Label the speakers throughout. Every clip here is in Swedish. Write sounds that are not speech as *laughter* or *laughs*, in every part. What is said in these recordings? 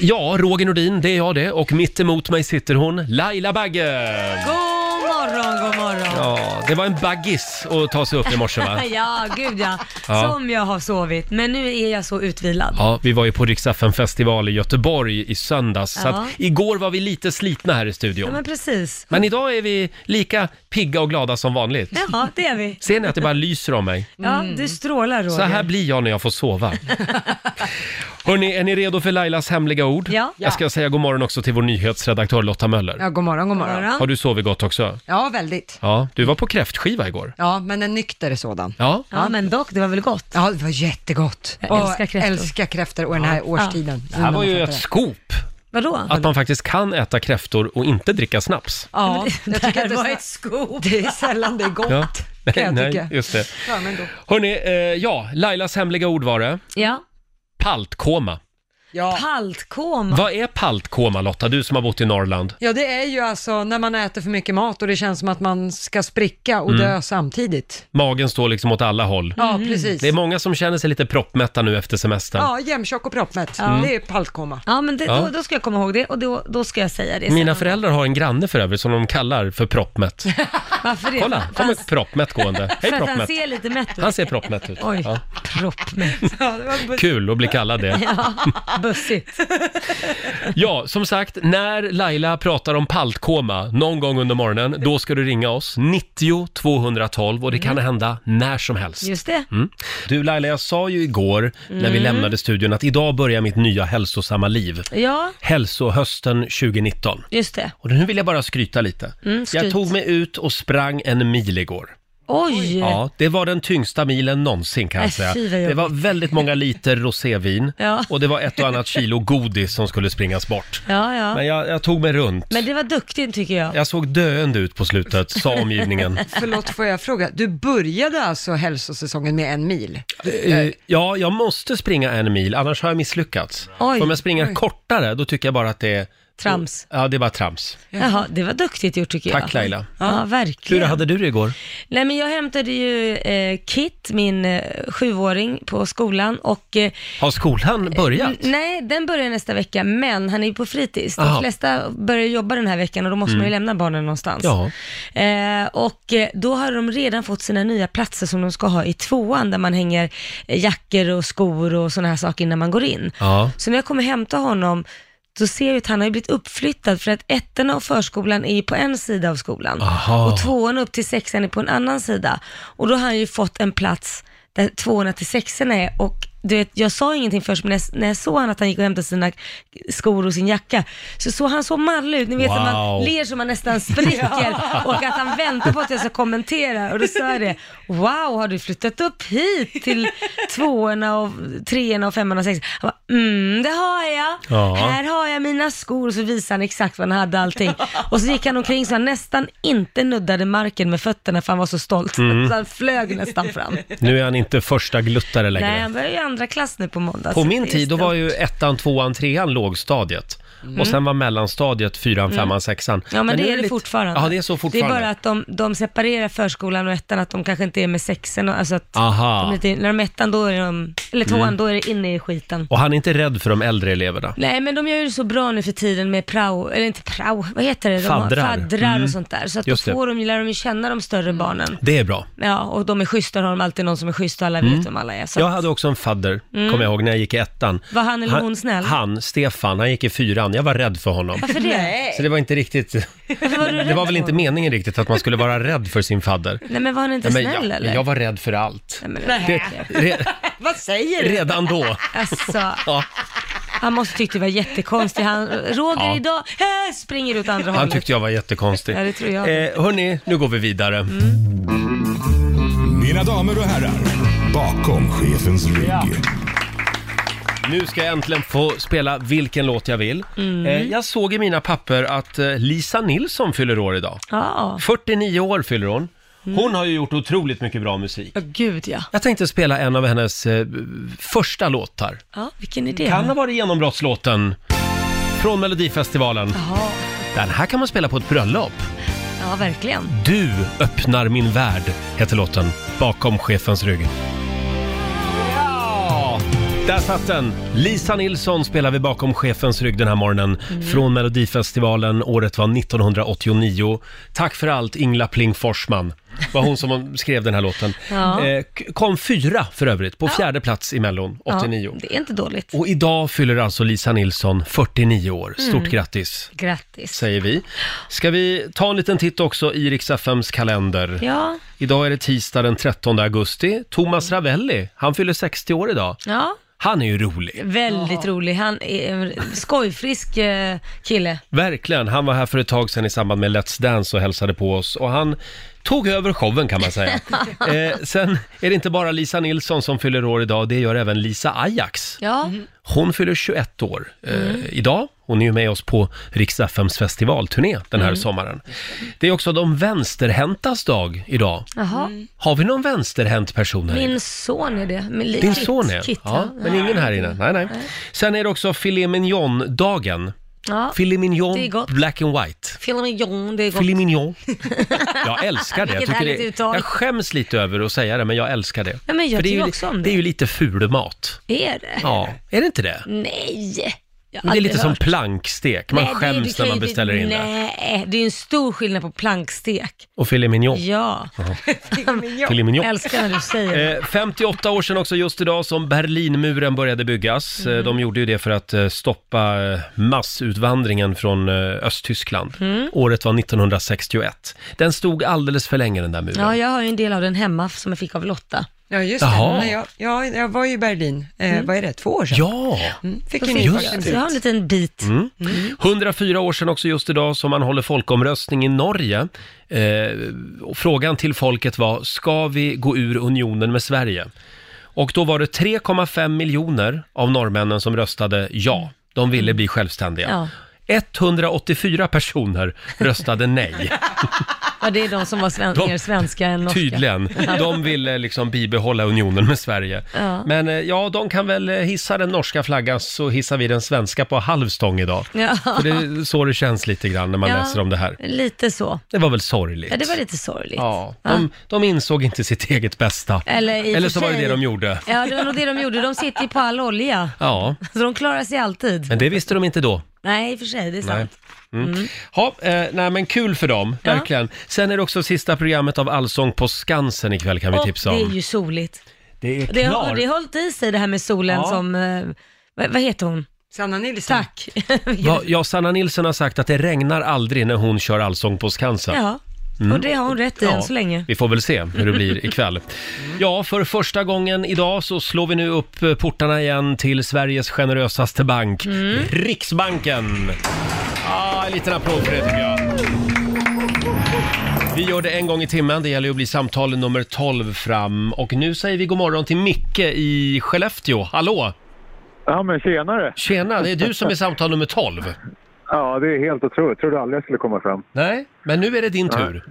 Speaker 1: Ja, Roger Nordin, det är jag det. Och mitt emot mig sitter hon, Laila Bagge!
Speaker 2: God morgon, god morgon.
Speaker 1: Ja, det var en baggis att ta sig upp i morse
Speaker 2: *laughs*
Speaker 1: va?
Speaker 2: ja, gud ja.
Speaker 1: Ja.
Speaker 2: Som jag har sovit. Men nu är jag så utvilad.
Speaker 1: Ja, vi var ju på Riksaffen festival i Göteborg i söndags. Så
Speaker 2: Ja.
Speaker 1: att igår var vi lite slitna här i
Speaker 2: Ja,
Speaker 1: studion.
Speaker 2: men precis.
Speaker 1: Men idag är vi lika pigga och glada som vanligt.
Speaker 2: Ja, det är vi.
Speaker 1: Ser ni att det bara lyser om mig?
Speaker 2: Ja,
Speaker 3: Mm.
Speaker 2: du strålar Roger.
Speaker 1: Så här blir jag när jag får
Speaker 2: *laughs*
Speaker 1: sova. Hörni, är ni redo för Lailas hemliga ord?
Speaker 2: Ja.
Speaker 1: Jag ska säga god morgon också till vår nyhetsredaktör Lotta Möller.
Speaker 3: Ja, god morgon, god
Speaker 2: God
Speaker 3: morgon.
Speaker 2: morgon.
Speaker 1: Har du sovit gott också?
Speaker 3: Ja, väldigt.
Speaker 1: Ja, du var på kräftskiva igår.
Speaker 3: Ja, men en nykter sådan.
Speaker 1: Ja,
Speaker 2: Ja, men dock, det var väl gott?
Speaker 3: Ja, det var jättegott.
Speaker 2: Jag
Speaker 3: och
Speaker 2: älskar kräftor.
Speaker 3: Älskar kräftor och den här årstiden.
Speaker 1: det här
Speaker 3: Innan
Speaker 1: var
Speaker 3: man
Speaker 1: ju
Speaker 3: fattar
Speaker 1: ett
Speaker 3: det.
Speaker 1: skop.
Speaker 2: Vadå?
Speaker 1: Att man faktiskt kan äta kräftor och inte dricka snaps.
Speaker 3: Ja, jag tycker att
Speaker 2: det
Speaker 3: det,
Speaker 2: var
Speaker 3: är
Speaker 2: ett
Speaker 3: sna-
Speaker 2: skop.
Speaker 3: det är sällan det är gott.
Speaker 1: Ja. *laughs*
Speaker 3: kan
Speaker 1: Nej,
Speaker 3: jag
Speaker 1: nej,
Speaker 3: tycka.
Speaker 1: just det.
Speaker 3: Ja, men då.
Speaker 1: Hörni, eh, ja, Lailas hemliga ord var det.
Speaker 2: Ja.
Speaker 1: Paltkoma.
Speaker 3: Mm. Ja.
Speaker 2: Paltkoma.
Speaker 1: Vad är paltkoma Lotta, du som har bott i Norrland?
Speaker 3: ja, det är ju alltså när man äter för mycket mat och det känns som att man ska spricka
Speaker 1: Mm.
Speaker 3: och dö samtidigt.
Speaker 1: Magen står liksom åt alla håll.
Speaker 3: Ja, precis.
Speaker 1: Det är många som känner sig lite proppmätta nu efter semestern.
Speaker 3: Ja, jämntjock och proppmätt. Det är paltkoma.
Speaker 2: Ja, men det,
Speaker 1: Ja.
Speaker 2: Då, då ska jag komma ihåg det och då, då ska jag säga det sen.
Speaker 1: Mina föräldrar har en granne för övrigt som de kallar för
Speaker 3: *laughs*
Speaker 1: proppmätt.
Speaker 2: Varför det?
Speaker 1: Kolla,
Speaker 2: För
Speaker 1: kommer
Speaker 2: att-
Speaker 1: proppmätt gående. Hej
Speaker 2: För att han
Speaker 1: proppmätt!
Speaker 2: ser lite mätt
Speaker 1: Han
Speaker 2: ut.
Speaker 1: ser proppmätt ut.
Speaker 2: Oj,
Speaker 1: Ja.
Speaker 2: proppmätt.
Speaker 3: *laughs* Ja, det var
Speaker 1: Kul att bli kallad det.
Speaker 2: Ja, bussigt.
Speaker 1: Ja, som sagt, när Laila pratar om paltkoma någon gång under morgonen, då ska du ringa oss. 90 212 och det kan hända när som helst.
Speaker 2: Mm. Just Mm. det.
Speaker 1: Mm. Du Laila, jag sa ju igår när vi lämnade studion att idag börjar mitt nya hälsosamma liv.
Speaker 2: Ja,
Speaker 1: Hälsohösten 2019.
Speaker 2: just det.
Speaker 1: Och nu vill jag bara skryta lite.
Speaker 2: Mm, skryt.
Speaker 1: Jag tog mig ut och sprang en mil igår.
Speaker 2: Oj!
Speaker 1: Ja, det var den tyngsta milen någonsin kan jag
Speaker 2: Äh,
Speaker 1: säga.
Speaker 2: fy vad
Speaker 1: Det var väldigt många liter rosévin
Speaker 2: Ja.
Speaker 1: och det var ett och annat kilo godis som skulle springas bort.
Speaker 2: Ja, ja.
Speaker 1: Men jag, jag tog mig runt.
Speaker 2: Men det var duktigt tycker jag.
Speaker 1: Jag såg döende ut på slutet, sa
Speaker 2: *laughs*
Speaker 1: omgivningen.
Speaker 3: Förlåt, får jag fråga? Du började alltså hälsosäsongen med en mil?
Speaker 1: Eh, ja, jag måste springa en mil, annars har jag misslyckats.
Speaker 2: Oj.
Speaker 1: För om jag springer kortare, då tycker jag bara att det är...
Speaker 2: Trams.
Speaker 1: Ja, det är bara trams.
Speaker 2: Jaha, det var duktigt gjort tycker jag.
Speaker 1: Tack, Laila.
Speaker 2: Ja,
Speaker 1: Hur
Speaker 2: verkligen.
Speaker 1: hade du det igår?
Speaker 2: Nej, men jag hämtade ju eh, Kit, min eh, sjuåring, på skolan och eh,
Speaker 1: Har skolan börjat?
Speaker 2: n- Nej, den börjar nästa vecka, men han är ju på fritids.
Speaker 1: Aha. Mm.
Speaker 2: De flesta börjar jobba den här veckan och då måste man ju lämna barnen någonstans.
Speaker 1: Ja.
Speaker 2: Eh, och eh, då har de redan fått sina nya platser som de ska ha i tvåan, där man hänger eh, jackor och skor och sådana här saker innan man går in.
Speaker 1: Ja.
Speaker 2: Så när jag kommer hämta honom, då ser jag att han har ju blivit uppflyttad för att ettan av förskolan är ju på en sida av skolan
Speaker 1: Aha.
Speaker 2: och tvåan upp till sexan är på en annan sida. Och då har han ju fått en plats där tvåorna till sexorna är och du vet, jag sa ingenting först, men när jag, när jag såg han att han gick och hämtade sina skor och sin jacka, så såg han så mallig ut. Ni vet att man
Speaker 1: Wow.
Speaker 2: ler så man
Speaker 1: *laughs*
Speaker 2: nästan spricker och att han väntar på att jag ska kommentera. Och då sa jag det, wow, har du flyttat upp hit till tvåorna och treorna och femmorna och sexorna? Han bara, mm, det har jag.
Speaker 1: Ja.
Speaker 2: Här har jag mina skor. Och så visade han exakt vad han hade allting. Och så gick han omkring så han nästan inte nuddade marken med fötterna för han var så stolt.
Speaker 1: Mm.
Speaker 2: Så han flög nästan fram.
Speaker 1: Nu är han inte första gluttare längre.
Speaker 2: Nej, han börjar ju andra klass nu på måndag.
Speaker 1: På
Speaker 2: så
Speaker 1: min
Speaker 2: det är
Speaker 1: tid då
Speaker 2: stort.
Speaker 1: var ju ettan, tvåan, trean lågstadiet. Och sen var mellanstadiet fyran, femman, sexan.
Speaker 2: Mm. Ja men,
Speaker 1: nu
Speaker 2: det är det
Speaker 1: lite-
Speaker 2: fortfarande.
Speaker 1: Ja, det är så fortfarande.
Speaker 2: Det är bara att de, de separerar förskolan och ettan, att de kanske inte är med sexen. Och, alltså att de är
Speaker 1: Aha.
Speaker 2: lite, när de är ettan, då är de, eller tvåan,
Speaker 1: Mm.
Speaker 2: då är det inne i skiten.
Speaker 1: Och han är inte rädd för de äldre eleverna.
Speaker 2: Nej men de gör ju det så bra nu för tiden med prao, eller inte prao, vad heter det? De har
Speaker 1: Faddrar. Mm.
Speaker 2: faddrar och sånt där. Så att då
Speaker 1: Just det. Mm.
Speaker 2: får de, ju- lär de ju känna de större barnen.
Speaker 1: Det är bra.
Speaker 2: Ja, och de är schyssta, då har de alltid någon som är schysst och alla
Speaker 1: Mm.
Speaker 2: vet vem alla är. Så Mm.
Speaker 1: Jag hade också en fadder, kommer jag ihåg, när jag gick i ettan.
Speaker 2: Var han eller hon snäll?
Speaker 1: Han, Stefan, han gick i fyran. Jag var rädd för
Speaker 2: *laughs*
Speaker 1: honom.
Speaker 2: varför det? Nej.
Speaker 1: Så det var inte riktigt...
Speaker 2: *laughs*
Speaker 1: Det var väl inte meningen riktigt att man skulle vara rädd för sin fadder.
Speaker 2: men var han inte
Speaker 1: Ja, men
Speaker 2: snäll
Speaker 1: jag,
Speaker 2: eller?
Speaker 1: jag var rädd för
Speaker 2: *laughs*
Speaker 1: allt.
Speaker 2: Nej, men,
Speaker 1: Det, re,
Speaker 3: Vad säger
Speaker 1: redan då.
Speaker 2: Alltså,
Speaker 1: Ja,
Speaker 2: han måste tyckt det var jättekonstigt. Han, Roger
Speaker 1: Ja.
Speaker 2: idag, äh, springer ut andra
Speaker 1: han
Speaker 2: hållet.
Speaker 1: tyckte jag var jättekonstig.
Speaker 2: Ja, det tror jag. Mm.
Speaker 1: Eh, hörni, nu går vi vidare.
Speaker 4: Mina damer och herrar, bakom chefens rygg.
Speaker 1: Nu ska jag äntligen få spela vilken låt jag vill.
Speaker 2: Mm.
Speaker 1: Eh, jag såg i mina papper att eh, Lisa Nilsson fyller år idag.
Speaker 2: Ja,
Speaker 1: 49 år fyller hon. Hon har ju gjort otroligt mycket bra musik.
Speaker 2: Ja, gud ja.
Speaker 1: Mm. Jag tänkte spela en av hennes eh, första låtar.
Speaker 2: Ja, vilken idé.
Speaker 1: Kan ha varit genombrottslåten från Melodifestivalen.
Speaker 2: Ja,
Speaker 1: Den här kan man spela på ett bröllop.
Speaker 2: ja, verkligen.
Speaker 1: Du öppnar min värld, heter låten. Bakom chefens rygg. Ja! Där satt den! Lisa Nilsson spelar vi bakom chefens rygg den här morgonen
Speaker 2: Mm.
Speaker 1: från Melodifestivalen. Året var 1989. Tack för allt Ingla Pling Forsman. var hon som skrev den här låten.
Speaker 2: *laughs* Ja.
Speaker 1: Eh, k- kom fyra för övrigt, på fjärde plats i Mellon 89.
Speaker 2: Ja, det är inte dåligt.
Speaker 1: Och idag fyller alltså Lisa Nilsson 49 år. Stort
Speaker 2: Mm.
Speaker 1: grattis
Speaker 2: Grattis.
Speaker 1: säger vi. Ska vi ta en liten titt också i Rix FMs kalender?
Speaker 2: Ja,
Speaker 1: Idag är det tisdag den 13 augusti. Thomas Ravelli, han fyller 60 år idag.
Speaker 2: ja.
Speaker 1: Han är ju rolig.
Speaker 2: Väldigt rolig. Han är en skojfrisk eh, kille.
Speaker 1: Verkligen. Han var här för ett tag sedan i samband med Let's Dance och hälsade på oss. Och han tog över showen kan man
Speaker 2: *laughs*
Speaker 1: säga. eh, sen är det inte bara Lisa Nilsson som fyller år idag, det gör även Lisa Ajax.
Speaker 2: Ja,
Speaker 1: Hon fyller 21 år eh, idag. Hon är ju med oss på Rix FMs festivalturné den
Speaker 2: Mm.
Speaker 1: här sommaren. Det är också de vänsterhäntas dag idag.
Speaker 2: jaha.
Speaker 1: Har vi någon vänsterhänt person här inne?
Speaker 2: Min son är det. Min, li-
Speaker 1: Din
Speaker 2: Kit,
Speaker 1: son är?
Speaker 2: Kit,
Speaker 1: ja, men ingen här inne. Nej, nej. Sen är det också filet mignon-dagen.
Speaker 2: Ja.
Speaker 1: Filet
Speaker 2: det är
Speaker 1: mignon,
Speaker 2: gott.
Speaker 1: black and white.
Speaker 2: Filet det är gott.
Speaker 1: Filet
Speaker 2: *laughs*
Speaker 1: mignon. Jag älskar det. Jag,
Speaker 2: Vilket
Speaker 1: tycker
Speaker 2: härligt
Speaker 1: det
Speaker 2: uttal.
Speaker 1: jag skäms lite över att säga det, men jag älskar det.
Speaker 2: Ja, men jag
Speaker 1: För det är ju,
Speaker 2: tycker också om
Speaker 1: Det är
Speaker 2: det.
Speaker 1: ju lite ful mat.
Speaker 2: Är det?
Speaker 1: Ja, är det inte det?
Speaker 2: Nej! Jag har
Speaker 1: Men det är
Speaker 2: aldrig
Speaker 1: lite som
Speaker 2: hört.
Speaker 1: plankstek. Man
Speaker 2: Nej, det- du
Speaker 1: skäms
Speaker 2: kan
Speaker 1: när
Speaker 2: ju
Speaker 1: man
Speaker 2: inte-
Speaker 1: beställer in det.
Speaker 2: Nej, det är ju en stor skillnad på plankstek.
Speaker 1: Och filet mignon.
Speaker 2: Ja,
Speaker 1: Filet mignon.
Speaker 2: jag älskar när du säger det.
Speaker 1: Eh, 58 år sedan också just idag som Berlinmuren började byggas.
Speaker 2: Mm.
Speaker 1: Eh, De gjorde ju det för att eh, stoppa eh, massutvandringen från eh, Östtyskland.
Speaker 2: Mm.
Speaker 1: Året var 1961. Den stod alldeles för länge den där muren.
Speaker 2: Ja, jag har ju en del av den hemma som jag fick av Lotta.
Speaker 3: Ja, just det.
Speaker 1: Jaha. Mm.
Speaker 3: Nej, jag, ja, jag var ju i Berlin, eh, vad är det, två år sedan?
Speaker 1: Ja!
Speaker 3: Mm, Fick
Speaker 2: Då
Speaker 3: en
Speaker 2: fick
Speaker 3: infarkt en
Speaker 2: jag, så jag har en
Speaker 3: bit.
Speaker 2: liten bit.
Speaker 1: Mm. 104 år sedan också just idag som man håller folkomröstning i Norge. Eh, och frågan till folket var, ska vi gå ur unionen med Sverige? Och då var det 3,5 miljoner av norrmännen som röstade ja. De ville bli självständiga.
Speaker 2: Ja.
Speaker 1: 184 personer röstade nej,
Speaker 2: Ja, det är de som var sven-
Speaker 1: De-
Speaker 2: mer svenska än *laughs* norska.
Speaker 1: tydligen. De ville liksom bibehålla unionen med Sverige.
Speaker 2: Ja.
Speaker 1: Men eh, ja, de kan väl eh, hissa den norska flaggan så hissar vi den svenska på halv stång idag.
Speaker 2: Ja.
Speaker 1: För det är så det känns lite grann när man
Speaker 2: Ja.
Speaker 1: läser om det här.
Speaker 2: Lite så.
Speaker 1: Det var väl sorgligt.
Speaker 2: Ja, det var lite sorgligt.
Speaker 1: Ja, de, de insåg inte sitt eget bästa.
Speaker 2: Eller, i och
Speaker 1: Eller
Speaker 2: för
Speaker 1: så var det
Speaker 2: sig-
Speaker 1: det de gjorde.
Speaker 2: Ja, det var nog det de gjorde. De sitter ju på all olja.
Speaker 1: Ja,
Speaker 2: Så de klarar sig alltid.
Speaker 1: men det visste de inte då.
Speaker 2: Nej, i och för sig, det
Speaker 1: Nej.
Speaker 2: är sant.
Speaker 1: Mm. Ha, eh, nej men kul för dem,
Speaker 2: Ja.
Speaker 1: verkligen. Sen är det också sista programmet av Allsång på Skansen ikväll kan vi
Speaker 2: Och
Speaker 1: tipsa
Speaker 2: det är
Speaker 1: om.
Speaker 2: ju soligt.
Speaker 1: Det är
Speaker 2: Det har, det har hållit i sig det här med solen
Speaker 1: Ja.
Speaker 2: som, eh, vad, vad heter hon?
Speaker 3: Sanna Nilsson.
Speaker 2: Tack.
Speaker 1: *laughs* Va, ja, Sanna Nilsson har sagt att det regnar aldrig när hon kör Allsång på Skansen.
Speaker 2: Ja, och det har hon rätt i än så länge.
Speaker 1: Mm. Vi får väl se hur det blir
Speaker 2: *laughs*
Speaker 1: ikväll. Mm. Ja, för första gången idag så slår vi nu upp eh, portarna igen till Sveriges generösaste bank,
Speaker 2: Mm.
Speaker 1: Riksbanken. Ah, en liten applåd för det tycker jag. Vi gör det en gång i timmen, det gäller ju att bli samtal nummer 12 fram. Och nu säger vi god morgon till Micke i Skellefteå. Hallå!
Speaker 5: Ja, men tjenare!
Speaker 1: Tjena, det är du som är samtal nummer 12.
Speaker 5: Ja, det är helt otroligt. Trodde aldrig jag skulle komma fram.
Speaker 1: Nej, men nu är det din tur.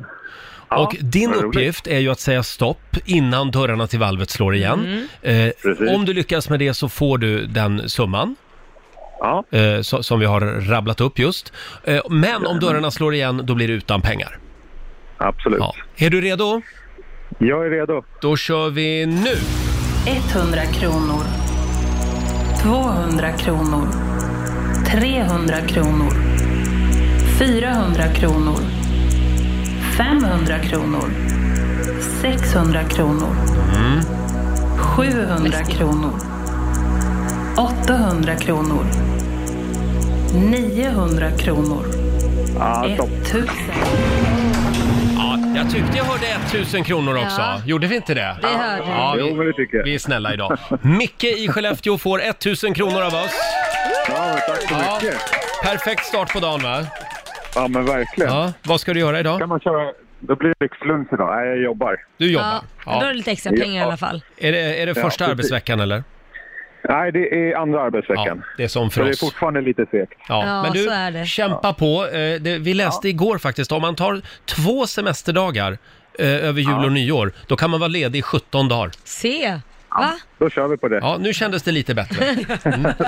Speaker 1: Och din
Speaker 5: vad roligt.
Speaker 1: uppgift är ju att säga stopp innan dörrarna till valvet slår igen.
Speaker 2: Mm.
Speaker 5: Precis.
Speaker 1: Eh, om du lyckas med det så får du den summan
Speaker 5: Ja,
Speaker 1: eh, so- som vi har rabblat upp just. Eh, men om dörrarna slår igen, då blir det utan pengar.
Speaker 5: absolut.
Speaker 1: Ja. Är du redo?
Speaker 5: Jag är redo.
Speaker 1: Då kör vi nu!
Speaker 6: 100 kronor. 200 kronor. 300 kronor. 400 kronor. 500 kronor. 600 kronor. 700 kronor. 800 kronor. 900 kronor.
Speaker 5: Ja, stopp.
Speaker 6: 1000.
Speaker 1: Ja, jag tyckte jag hörde 1000 kronor också.
Speaker 2: Ja.
Speaker 1: Gjorde vi inte det?
Speaker 2: Det hörde jag.
Speaker 1: Ja,
Speaker 5: Jo, men det
Speaker 1: vi,
Speaker 5: tycker jag.
Speaker 1: vi är snälla idag. Micke i Skellefteå får 1000 kronor av oss.
Speaker 5: Ja, men tack så
Speaker 1: Ja.
Speaker 5: mycket.
Speaker 1: Perfekt start på dagen va?
Speaker 5: Ja, men verkligen.
Speaker 1: Ja, vad ska du göra idag?
Speaker 5: Kan man köra... Då blir det Riksflums idag. Nej, jag jobbar.
Speaker 1: Du
Speaker 2: Ja,
Speaker 1: jobbar?
Speaker 2: då har du lite extra pengar i alla fall.
Speaker 1: Är det, är det första
Speaker 5: precis.
Speaker 1: arbetsveckan eller?
Speaker 5: Nej, det är andra arbetsveckan.
Speaker 1: det är som
Speaker 5: Så
Speaker 1: för
Speaker 5: det är
Speaker 1: oss.
Speaker 5: fortfarande lite segt.
Speaker 1: Ja,
Speaker 2: Ja,
Speaker 1: men du,
Speaker 2: så är det.
Speaker 1: kämpa på. Eh, det, vi läste igår faktiskt, om man tar två semesterdagar eh, över jul och nyår, då kan man vara ledig i 17 dagar.
Speaker 2: Se! Va?
Speaker 5: Då kör vi på det.
Speaker 1: Ja, nu kändes det lite bättre.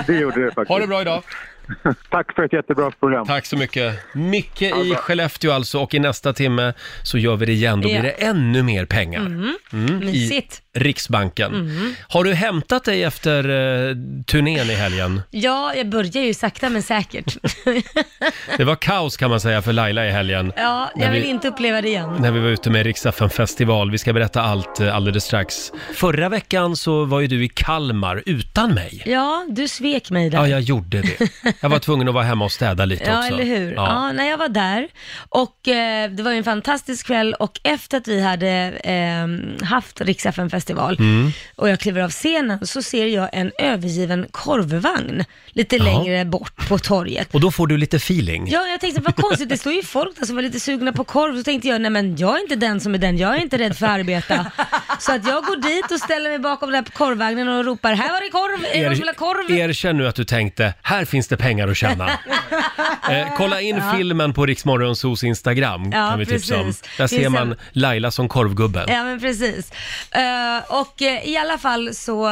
Speaker 5: Det gjorde det faktiskt.
Speaker 1: Ha det bra idag!
Speaker 5: Tack för ett jättebra program.
Speaker 1: Tack så mycket. Micke i Skellefteå alltså och i nästa timme så gör vi det igen. Då blir
Speaker 2: Ja. Mm.
Speaker 1: det ännu mer pengar Mm, i
Speaker 2: Mysigt.
Speaker 1: Riksbanken.
Speaker 2: Mm.
Speaker 1: Har du hämtat dig efter eh, turnén i helgen?
Speaker 2: Ja, jag börjar ju sakta men säkert. *laughs*
Speaker 1: Det var kaos kan man säga för Laila i helgen.
Speaker 2: ja,
Speaker 1: När
Speaker 2: jag vill
Speaker 1: vi-
Speaker 2: inte uppleva det igen.
Speaker 1: När vi var ute med Riksdagen festival. Vi ska berätta allt eh, alldeles strax. Förra veckan så var ju du i Kalmar utan mig.
Speaker 2: Ja, du svek mig där.
Speaker 1: Ja, jag gjorde det. Jag var tvungen att vara hemma och städa lite
Speaker 2: Ja,
Speaker 1: också.
Speaker 2: eller hur. Ja.
Speaker 1: Ja.
Speaker 2: när jag var där och eh, det var ju en fantastisk kväll och efter att vi hade eh, haft riks festival och jag kliver av scenen så ser jag en övergiven korvvagn lite längre bort på torget.
Speaker 1: Och då får du lite feeling.
Speaker 2: Ja, jag tänkte vad konstigt, det står ju folk där som var lite sugna på korv. Så tänkte jag, nej men jag är inte den som är den, jag är inte rädd för att arbeta. Så att jag går dit och ställer mig bakom den här korvvagnen och ropar, här var det korv, är det någon som vill ha korv?
Speaker 1: erkänn nu att du tänkte, här finns det pengar att tjäna.
Speaker 2: *laughs*
Speaker 1: eh, kolla in filmen på Riksmorgonsos Instagram,
Speaker 2: Ja,
Speaker 1: kan vi tipsa om.
Speaker 2: precis.
Speaker 1: Där
Speaker 2: Finns
Speaker 1: ser man
Speaker 2: en-
Speaker 1: Laila som korvgubben.
Speaker 2: Ja men precis. Eh, och eh, i alla fall så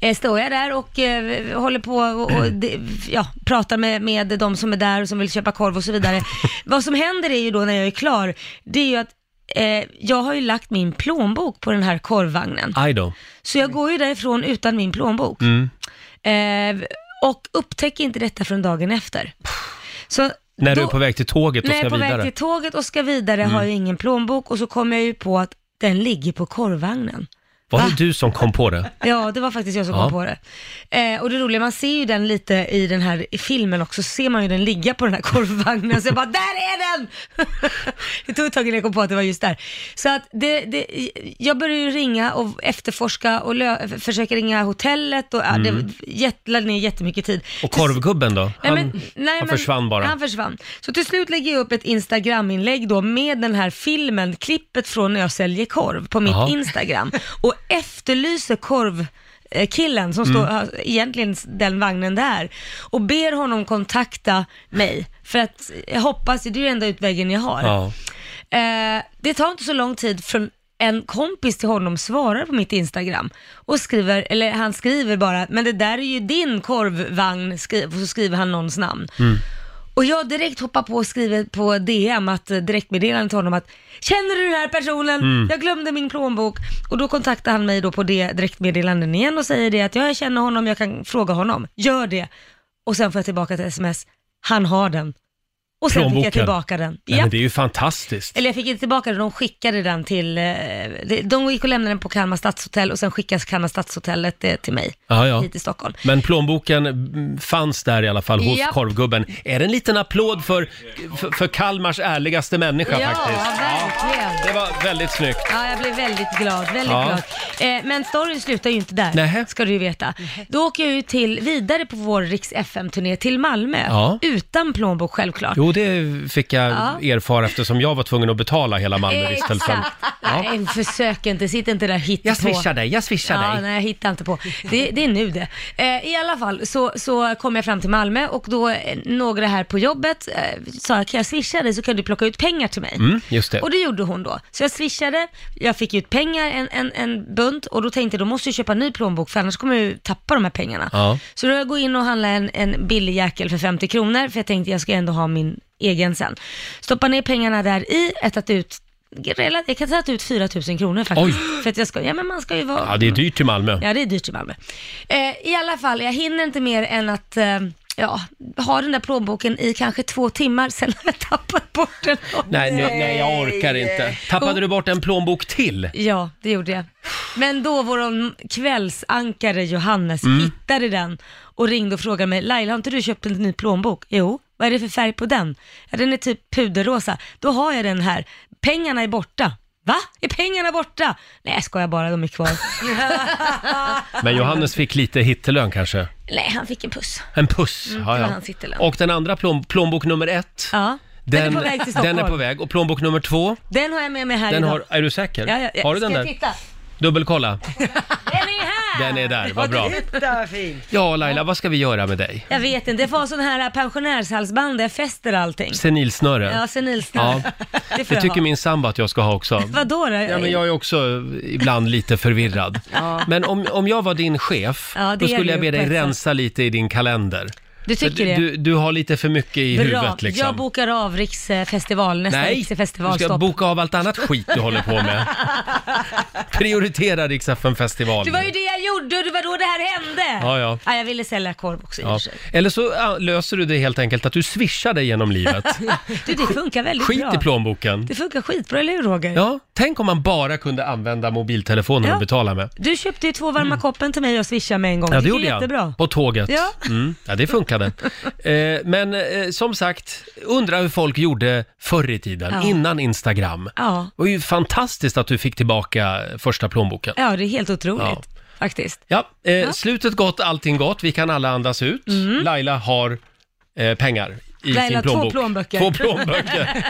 Speaker 2: eh, står jag där och eh, håller på och, och
Speaker 1: Mm.
Speaker 2: det, ja, pratar med, med de som är där och som vill köpa korv och
Speaker 1: *laughs*
Speaker 2: så vidare. Vad som händer är ju då när jag är klar, det är ju att eh, jag har ju lagt min plånbok på den här korvvagnen.
Speaker 1: Aj då.
Speaker 2: Så jag går ju därifrån utan min plånbok.
Speaker 1: Mm.
Speaker 2: Eh, och upptäcker inte detta från dagen efter. Så
Speaker 1: När du
Speaker 2: då-
Speaker 1: är på väg till tåget och
Speaker 2: när jag
Speaker 1: ska
Speaker 2: är på
Speaker 1: vidare. Mm.
Speaker 2: väg till tåget och ska vidare har jag ingen plånbok och så kommer jag ju på att den ligger på korvvagnen.
Speaker 1: Var
Speaker 2: Va?
Speaker 1: det du som kom på det?
Speaker 2: Ja, det var faktiskt jag som
Speaker 1: Ja.
Speaker 2: kom på det. Eh, och det roliga, man ser ju den lite i den här filmen också, så ser man ju den ligga på den här *laughs* korvvagnen, så jag bara, där är den! *laughs* det tog ett tag innan jag kom på att det var just där. Så att det, det, jag började ju ringa och efterforska och lö- försöka ringa hotellet och ja, det jätt, lade ner jättemycket tid.
Speaker 1: Mm. Och korvgubben då? Han,
Speaker 2: Nej, men- nej,
Speaker 1: han
Speaker 2: men-
Speaker 1: försvann bara.
Speaker 2: Han försvann. Så till slut lägger jag upp ett Instagram-inlägg då med den här filmen, klippet från när jag säljer korv på mitt
Speaker 1: Jaha.
Speaker 2: Instagram och efterlyser korv eh, killen som
Speaker 1: Mm.
Speaker 2: står, har egentligen den vagnen där och ber honom kontakta mig för att jag hoppas, det är ju enda utvägen jag har.
Speaker 1: Ja.
Speaker 2: Eh, det tar inte så lång tid från en kompis till honom svarar på mitt Instagram och skriver, eller han skriver bara, men det där är ju din korvvagn, skri- och så skriver han någons namn. Och jag direkt hoppar på och skriver på DM, att eh, direktmeddelande till honom att Känner du den här personen? Jag glömde min plånbok. Och då kontaktar han mig då på det direktmeddelanden igen och säger det att "Ja, jag känner honom, jag kan fråga honom. Gör det. Och sen får jag tillbaka ett sms. Han har den. Och sen fick
Speaker 1: Plånboken.
Speaker 2: jag tillbaka den.
Speaker 1: Nej,
Speaker 2: Japp.
Speaker 1: men det är ju fantastiskt.
Speaker 2: Eller jag fick inte tillbaka den, de skickade den till, eh, de- de gick och lämnade den på Kalmar stadshotell och sen skickades Kalmar stadshotellet eh, till mig,
Speaker 1: Ja, ja.
Speaker 2: hit till Stockholm.
Speaker 1: Men plånboken mm, fanns där i alla fall hos
Speaker 2: Japp.
Speaker 1: korvgubben. Är det en liten applåd för, för, för Kalmars ärligaste människa faktiskt?
Speaker 2: verkligen.
Speaker 1: Det var väldigt snyggt.
Speaker 2: Ja, jag blev väldigt glad, väldigt
Speaker 1: Ja.
Speaker 2: glad. Eh, men storyn slutar ju inte där,
Speaker 1: Nähä.
Speaker 2: ska du ju veta. Då åker jag ju till, vidare på vår Riks FM-turné till Malmö,
Speaker 1: Ja.
Speaker 2: utan plånbok självklart.
Speaker 1: Jo, det fick jag
Speaker 2: Ja.
Speaker 1: erfara eftersom jag var tvungen att betala hela Malmövistelsen.
Speaker 2: Exakt. Nej, försök inte, sitt inte där och hitta på.
Speaker 1: dig, jag swishar
Speaker 2: Ja, nej, jag hittar inte på. Det, det är nu det. Eh, I alla fall så, så kom jag fram till Malmö och då eh, några här på jobbet eh, sa kan jag swisha dig så kan du plocka ut pengar till mig.
Speaker 1: Mm, just det.
Speaker 2: Och det gjorde hon då. Så jag swishade, jag fick ut pengar, en, en, en bunt och då tänkte jag då måste jag köpa en ny plånbok för annars kommer jag ju tappa de här pengarna.
Speaker 1: Ja.
Speaker 2: Så då går jag in och handlar en, en billig jäkel för 50 kronor för jag tänkte jag ska ändå ha min egen sen. Stoppar ner pengarna där i, ätat ut rela- jag kan säga att ut 4 000 kronor faktiskt. För att jag ska, ja men man ska ju vara...
Speaker 1: Ja, det är dyrt i Malmö.
Speaker 2: Ja, det är dyrt i Malmö. Eh, I alla fall, jag hinner inte mer än att eh, ja, ha den där plånboken i kanske två timmar, *laughs* sen har jag tappat bort den.
Speaker 1: Nej, nu, nej, jag orkar inte. Tappade
Speaker 2: Jo.
Speaker 1: du bort en plånbok till?
Speaker 2: Ja, det gjorde jag. Men då vår kvällsankare Johannes
Speaker 1: Mm.
Speaker 2: hittade den och ringde och frågade mig, Laila har inte du köpt en ny plånbok? Jo, vad är det för färg på den? Ja, den är typ puderrosa. Då har jag den här. Pengarna är borta. Va? Är pengarna borta? Nej, jag skojar bara, de
Speaker 1: *laughs*
Speaker 2: är kvar.
Speaker 1: Men Johannes fick lite hittelön kanske.
Speaker 2: Nej, han fick en puss. Mm,
Speaker 1: En puss. Ja,
Speaker 2: det var
Speaker 1: ja.
Speaker 2: hans hittelön.
Speaker 1: Och den andra plån, plånbok nummer ett.
Speaker 2: Ja, den, är på väg till Stockholm.
Speaker 1: den är på väg. Och plånbok nummer två,
Speaker 2: Den har jag med mig här
Speaker 1: den
Speaker 2: idag.
Speaker 1: har, är du säker?
Speaker 2: Ja, ja, ja.
Speaker 1: Har du den
Speaker 2: Ska
Speaker 1: där?
Speaker 2: jag titta?
Speaker 1: Dubbelkolla.
Speaker 2: Den är här!
Speaker 1: Den är där,
Speaker 2: *laughs*
Speaker 1: vad bra.
Speaker 3: Titta vad fin.
Speaker 1: Ja, Laila, vad ska vi göra med dig?
Speaker 2: Jag vet inte, det var sån här äh, pensionärshalsband där jag fäster allting.
Speaker 1: Senilsnöre.
Speaker 2: Ja, senilsnöre.
Speaker 1: Ja.
Speaker 2: *laughs* Det
Speaker 1: Det
Speaker 2: får jag
Speaker 1: tycker
Speaker 2: ha.
Speaker 1: min sambo att jag ska ha
Speaker 2: *laughs*
Speaker 1: också.
Speaker 2: Vadå då?
Speaker 1: Ja, men jag är också ibland lite
Speaker 2: *laughs*
Speaker 1: förvirrad. Men om, om jag var din chef,
Speaker 2: Ja, det
Speaker 1: då
Speaker 2: är
Speaker 1: skulle
Speaker 2: du
Speaker 1: jag be
Speaker 2: på
Speaker 1: dig
Speaker 2: ett sätt.
Speaker 1: rensa lite i din kalender.
Speaker 2: Du tycker det?
Speaker 1: Du, du har lite för mycket i
Speaker 2: Bra,
Speaker 1: huvudet liksom.
Speaker 2: jag bokar av Riksfestival, nästa
Speaker 1: Nej,
Speaker 2: Riksfestival
Speaker 1: du ska
Speaker 2: stopp.
Speaker 1: boka av allt annat skit du håller på
Speaker 2: *laughs*
Speaker 1: med. Prioritera Rix festival
Speaker 2: Det var ju det jag gjorde och det var då det här hände!
Speaker 1: Ja, ja.
Speaker 2: jag ville sälja korv också i och
Speaker 1: Ja.
Speaker 2: för sig.
Speaker 1: Eller så ja, löser du det helt enkelt att du swishar dig genom livet.
Speaker 2: Du, *laughs* det funkar väldigt
Speaker 1: Skit
Speaker 2: bra.
Speaker 1: i plånboken.
Speaker 2: Det funkar skitbra, eller hur Roger?
Speaker 1: Ja, tänk om man bara kunde använda mobiltelefonen
Speaker 2: Ja.
Speaker 1: och betala med.
Speaker 2: Du köpte ju två varma koppen till mig och swishade med en gång.
Speaker 1: Mm. Ja,
Speaker 2: gick
Speaker 1: det
Speaker 2: ju
Speaker 1: gjorde jag.
Speaker 2: jättebra.
Speaker 1: På tåget.
Speaker 2: Ja.
Speaker 1: Mm. ja, det funkade.
Speaker 2: *laughs*
Speaker 1: eh, men eh, som sagt, undrar hur folk gjorde förr i tiden,
Speaker 2: Ja.
Speaker 1: innan Instagram.
Speaker 2: Ja.
Speaker 1: Det var ju fantastiskt att du fick tillbaka första plånboken.
Speaker 2: ja, det är helt otroligt
Speaker 1: Ja.
Speaker 2: faktiskt.
Speaker 1: Ja, eh, slutet gott, allting gott. Vi kan alla andas ut. Laila har eh, pengar i
Speaker 2: Mm. Laila
Speaker 1: sin
Speaker 2: har två
Speaker 1: plånbok.
Speaker 2: plånböcker.
Speaker 1: Två
Speaker 2: *laughs*
Speaker 1: plånböcker.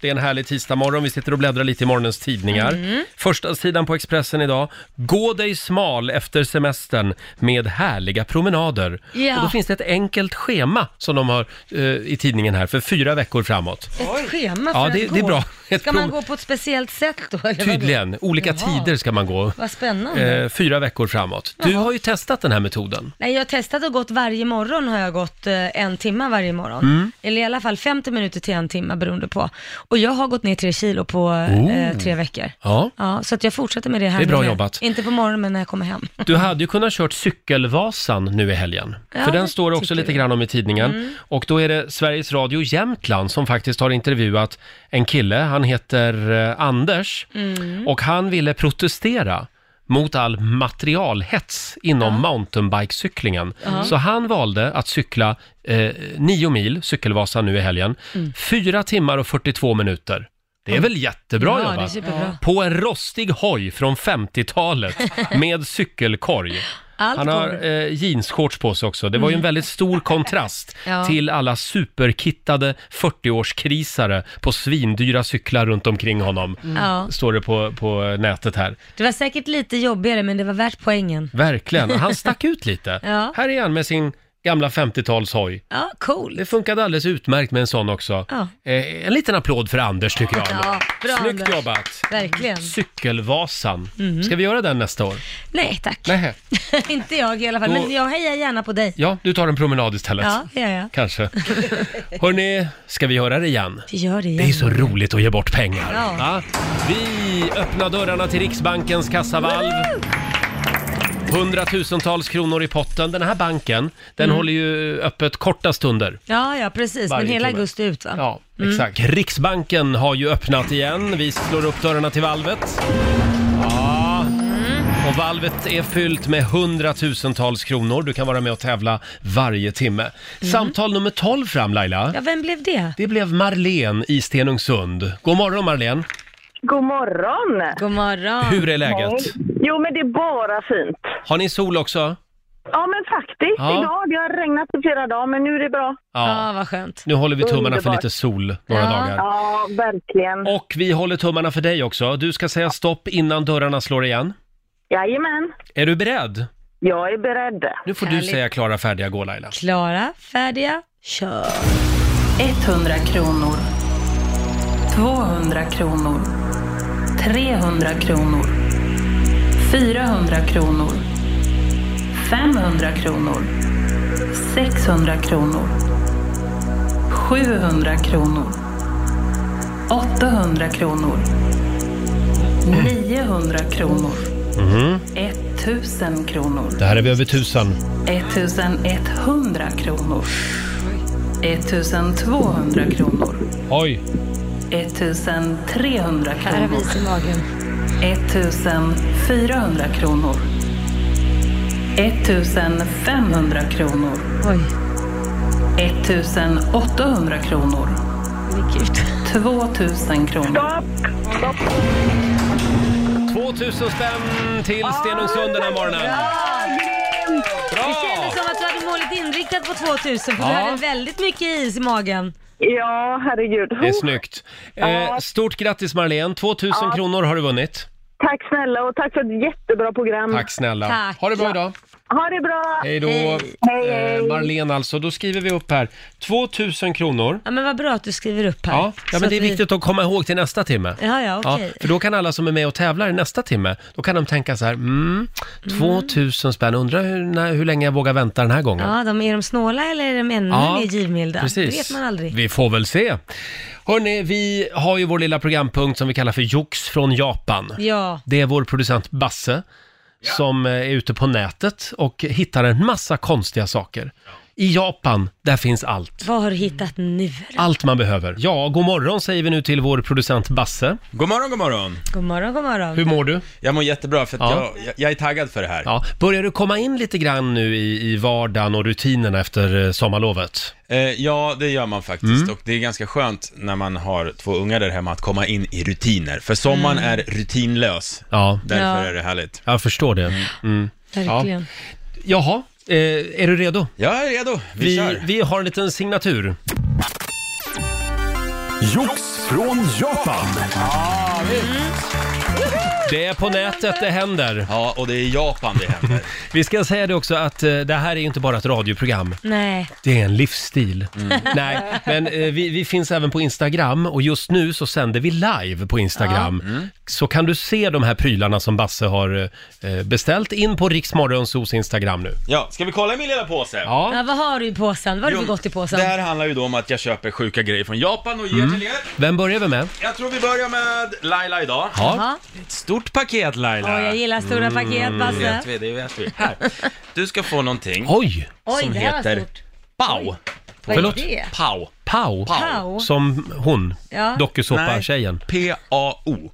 Speaker 1: Det är en härlig tisdagmorgon. Vi sitter och bläddrar lite i morgonens tidningar.
Speaker 2: Mm.
Speaker 1: Första sidan på Expressen idag. Gå dig smal efter semestern med härliga promenader.
Speaker 2: Ja.
Speaker 1: Och då finns det ett enkelt schema som de har eh, i tidningen här för fyra veckor framåt.
Speaker 2: Ett schema för
Speaker 1: Ja, det-
Speaker 2: att gå.
Speaker 1: det är bra. *laughs* Ett
Speaker 2: Ska man
Speaker 1: prov-
Speaker 2: gå på ett speciellt sätt då? Eller vadå?
Speaker 1: Tydligen, olika
Speaker 2: Jaha.
Speaker 1: tider ska man gå.
Speaker 2: Vad spännande.
Speaker 1: Eh, fyra veckor framåt. Du har ju testat den här metoden.
Speaker 2: Nej, jag har testat och gått varje morgon har jag gått eh, en timme varje morgon.
Speaker 1: Mm.
Speaker 2: Eller i alla fall 50 minuter till en timme beroende på. Och jag har gått ner tre kilo på eh, tre veckor.
Speaker 1: Oh. Ja.
Speaker 2: Ja, så att jag fortsätter med det här
Speaker 1: Det är
Speaker 2: nu
Speaker 1: bra
Speaker 2: med.
Speaker 1: jobbat.
Speaker 2: Inte på morgonen men när jag kommer hem.
Speaker 1: Du hade ju kunnat kört Cykelvasan nu i helgen.
Speaker 2: Ja,
Speaker 1: för den
Speaker 2: det
Speaker 1: står det också
Speaker 2: tycker
Speaker 1: lite
Speaker 2: jag. Mm.
Speaker 1: grann om i tidningen. Och då är det Sveriges Radio Jämtland som faktiskt har intervjuat en kille. Han heter eh, Anders.
Speaker 2: Mm.
Speaker 1: Och han ville protestera mot all materialhets inom mountainbikecyklingen. Så han valde att cykla eh, nio mil, Cykelvasan nu i helgen,
Speaker 2: Mm.
Speaker 1: fyra timmar och 42 minuter. Det är väl jättebra
Speaker 2: ja, det är
Speaker 1: jobbat?
Speaker 2: superbra.
Speaker 1: På en rostig hoj från 50-talet med cykelkorg.
Speaker 2: Allt
Speaker 1: Han har
Speaker 2: går.
Speaker 1: eh, jeansshorts på sig också. Det var ju en väldigt stor kontrast
Speaker 2: *laughs* Ja.
Speaker 1: till alla superkittade 40-årskrisare på svindyra cyklar runt omkring honom.
Speaker 2: Mm. Ja.
Speaker 1: Står det på, på nätet här.
Speaker 2: Det var säkert lite jobbigare men det var värt poängen.
Speaker 1: Verkligen, han stack ut lite.
Speaker 2: *laughs* Ja.
Speaker 1: Här är han med sin gamla 50-talshoj.
Speaker 2: Ja, cool.
Speaker 1: Det funkade alldeles utmärkt med en sån också.
Speaker 2: Ja.
Speaker 1: Eh, en liten applåd för Anders tycker jag.
Speaker 2: Ja, bra,
Speaker 1: Snyggt
Speaker 2: Anders. Mm.
Speaker 1: jobbat!
Speaker 2: Verkligen.
Speaker 1: Cykelvasan. Ska vi göra den nästa år?
Speaker 2: Nej tack.
Speaker 1: Nej.
Speaker 2: *laughs* inte jag i alla fall,
Speaker 1: Då-
Speaker 2: men jag hejar gärna på dig.
Speaker 1: Ja, du tar en promenad istället.
Speaker 2: Ja, det gör jag.
Speaker 1: Kanske. Hörni, ska vi göra det igen?
Speaker 2: Vi gör det igen.
Speaker 1: Det är så roligt att ge bort pengar.
Speaker 2: Ja.
Speaker 1: va? Vi öppnar dörrarna till Riksbankens kassavalv. Hundratusentals kronor i potten. Den här banken, den
Speaker 2: Mm.
Speaker 1: håller ju öppet korta stunder.
Speaker 2: Ja, ja precis.
Speaker 1: Varje
Speaker 2: men hela
Speaker 1: timme.
Speaker 2: augusti ut va?
Speaker 1: Ja, exakt. Riksbanken har ju öppnat igen. Vi slår upp dörrarna till valvet. Ja. Och valvet är fyllt med hundratusentals kronor. Du kan vara med och tävla varje timme. Samtal nummer 12 fram Laila.
Speaker 2: Ja, vem blev det?
Speaker 1: Det blev Marlene i Stenungsund. God morgon Marlene.
Speaker 7: God morgon!
Speaker 2: God morgon.
Speaker 1: Hur är läget?
Speaker 7: Jo, men det är bara fint.
Speaker 1: Har ni sol också?
Speaker 7: Ja, men faktiskt.
Speaker 1: Ja.
Speaker 7: Idag, det har regnat i flera dagar, men nu är det bra.
Speaker 2: Ja,
Speaker 1: Ja.
Speaker 2: vad skönt.
Speaker 1: Nu håller vi tummarna för
Speaker 7: Underbart.
Speaker 1: lite sol några
Speaker 2: Ja.
Speaker 1: dagar.
Speaker 7: Ja, verkligen.
Speaker 1: Och vi håller tummarna för dig också. Du ska säga stopp innan dörrarna slår igen.
Speaker 7: Jajamän,
Speaker 1: Är du beredd?
Speaker 7: jag är beredd.
Speaker 1: Nu får du
Speaker 2: Härligt.
Speaker 1: säga klara, färdiga, gå Laila.
Speaker 2: Klara, färdiga, kör.
Speaker 6: 100 kronor. 200 kronor. 300 kronor. 400 kronor. 500 kronor. 600 kronor. 700 kronor. 800 kronor. 900 kronor. 1000 kronor.
Speaker 1: Det här är vi över tusen.
Speaker 6: 1100 kronor. 1200 kronor.
Speaker 1: Oj!
Speaker 6: 1300
Speaker 2: Här har vi
Speaker 6: kronor.
Speaker 2: is i magen.
Speaker 6: 1400 kronor. 1500 kronor.
Speaker 2: Oj,
Speaker 6: 1800 kronor.
Speaker 2: men gud.
Speaker 6: 2000 kronor.
Speaker 7: Stopp!
Speaker 1: 2000 spänn till Stenungsund den här morgonen.
Speaker 2: Det
Speaker 1: Bra!
Speaker 2: kändes som att du hade målet inriktat på 2000 för
Speaker 1: Ja.
Speaker 2: du hade väldigt mycket is i magen.
Speaker 7: Ja, herregud.
Speaker 1: Det är snyggt. Eh, stort grattis Marlene, 2000 kronor har du vunnit.
Speaker 7: Tack snälla och tack för ett jättebra program.
Speaker 1: Tack snälla.
Speaker 2: Mm. Tack.
Speaker 1: Ha det bra idag.
Speaker 7: Ha det bra!
Speaker 1: Hej då!
Speaker 7: Hej, hej.
Speaker 1: Eh, Marlene alltså, då skriver vi upp här 2000 kronor.
Speaker 2: Ja men vad bra att du skriver upp här.
Speaker 1: Ja, ja
Speaker 2: Så
Speaker 1: men
Speaker 2: att
Speaker 1: det är
Speaker 2: vi-
Speaker 1: viktigt att komma ihåg till nästa timme.
Speaker 2: Ja, ja, okej.
Speaker 1: för då kan alla som är med och tävlar i nästa timme, då kan de tänka så här, mm, 2000 spänn, undrar hur, när, hur länge jag vågar vänta den här gången.
Speaker 2: Ja, de, är de snåla eller är de ännu
Speaker 1: Ja,
Speaker 2: mer givmilda?
Speaker 1: Precis.
Speaker 2: Det vet man aldrig.
Speaker 1: Vi får väl se. Hörni, vi har ju vår lilla programpunkt som vi kallar för Jox från Japan.
Speaker 2: Ja,
Speaker 1: Det är vår producent Basse som eh, är ute på nätet och hittar en massa konstiga saker. I Japan, där finns allt.
Speaker 2: vad har du hittat nu?
Speaker 1: Allt man behöver. Ja, god morgon säger vi nu till vår producent Basse.
Speaker 8: God morgon, god morgon.
Speaker 2: God morgon, god morgon.
Speaker 1: Hur mår du?
Speaker 8: Jag mår jättebra för att
Speaker 1: Ja.
Speaker 8: jag, jag, jag är taggad för det här.
Speaker 1: Ja, börjar du komma in lite grann nu i, i vardagen och rutinerna efter eh, sommarlovet?
Speaker 8: Eh, ja, det gör man faktiskt och det är ganska skönt när man har två ungar där hemma att komma in i rutiner. För sommaren är rutinlös,
Speaker 1: Ja,
Speaker 8: därför
Speaker 2: Ja.
Speaker 8: är det härligt.
Speaker 1: jag förstår det. Mm.
Speaker 2: Verkligen.
Speaker 1: Jaha, eh, är du redo?
Speaker 8: Jag är redo, vi,
Speaker 1: Vi,
Speaker 8: kör.
Speaker 1: vi har en liten signatur.
Speaker 4: Jox från Japan.
Speaker 1: Det är på nätet det händer.
Speaker 8: Ja, och det är i Japan det händer.
Speaker 1: Vi ska säga det också att eh, det här är ju inte bara ett radioprogram.
Speaker 2: Nej,
Speaker 1: Det är en livsstil.
Speaker 8: Mm.
Speaker 1: Nej, men eh, vi, vi finns även på Instagram och just nu så sänder vi live på Instagram.
Speaker 8: mm.
Speaker 1: Så kan du se de här prylarna som Basse har eh, beställt in på Riksmorgonsos Instagram nu.
Speaker 8: *laughs* Ja, ska vi kolla i min lilla påse?
Speaker 2: ja, vad har du i påsen? Vad har du för gott i påsen?
Speaker 8: Det här handlar ju då om att jag köper sjuka grejer från Japan och ger till er.
Speaker 1: Vem börjar vi med?
Speaker 8: Jag tror vi börjar med Laila idag.
Speaker 1: Ja.
Speaker 2: Ja.
Speaker 8: Ett stort paket
Speaker 2: Åh,
Speaker 8: Laila.
Speaker 2: jag gillar
Speaker 1: Mm,
Speaker 2: stora paket,
Speaker 8: Det
Speaker 2: Basse.
Speaker 8: vet vi, det vet vi. Här. Du ska få någonting
Speaker 1: Oj!
Speaker 2: Oj,
Speaker 8: som
Speaker 2: det här
Speaker 8: heter
Speaker 2: var stort.
Speaker 8: Pau.
Speaker 2: Vad
Speaker 1: Förlåt?
Speaker 2: är det?
Speaker 8: Pau.
Speaker 1: Pau.
Speaker 2: Pau?
Speaker 1: Som hon,
Speaker 2: Ja.
Speaker 1: dokusåpa-tjejen.
Speaker 8: P-A-O.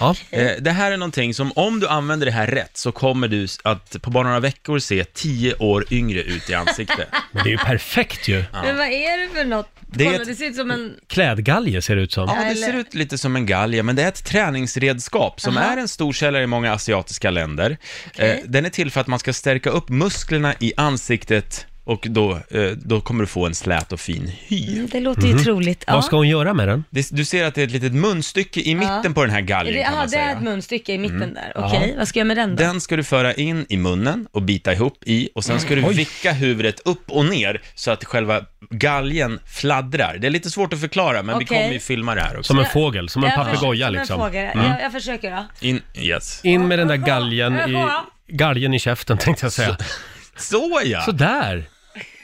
Speaker 1: Ja.
Speaker 8: Eh, det här är någonting som om du använder det här rätt så kommer du s- att på bara några veckor se tio år yngre ut
Speaker 2: *laughs*
Speaker 8: i ansiktet.
Speaker 1: Men det är ju perfekt ju.
Speaker 2: Men vad är det för något?
Speaker 8: Det är
Speaker 2: Kolla,
Speaker 8: ett-
Speaker 2: det ser ut som en...
Speaker 1: Klädgalge ser det ut som.
Speaker 8: Ja, det ser ut lite som en galge, men det är ett träningsredskap som är en stor källa i många asiatiska länder. Eh, den är till för att man ska stärka upp musklerna i ansiktet och då, eh, då kommer du få en slät och fin hy.
Speaker 2: Det låter ju troligt. Ja.
Speaker 1: Mhm. Vad ska hon göra med den?
Speaker 8: Det, du ser att det är ett litet munstycke i mitten på den här
Speaker 2: Är
Speaker 8: galgen
Speaker 2: det,
Speaker 8: kan
Speaker 2: aha,
Speaker 8: man
Speaker 2: det är
Speaker 8: säga.
Speaker 2: ett munstycke i mitten
Speaker 1: Mm.
Speaker 2: där. Okej, vad ska jag med den då?
Speaker 8: Den ska du föra in i munnen och bita ihop i och sen ska du vicka huvudet upp och ner så att själva galgen fladdrar. Det är lite svårt att förklara men vi
Speaker 2: Okej.
Speaker 8: kommer ju filma det här också.
Speaker 1: Som en fågel, som en
Speaker 2: Jag försöker-
Speaker 1: papegoja
Speaker 2: som en
Speaker 1: liksom.
Speaker 2: fråga. Jag, jag försöker då.
Speaker 8: In, yes.
Speaker 1: In med den där galgen i,
Speaker 2: Ja.
Speaker 1: galgen i käften *laughs* tänkte jag säga.
Speaker 8: Såja!
Speaker 1: Sådär!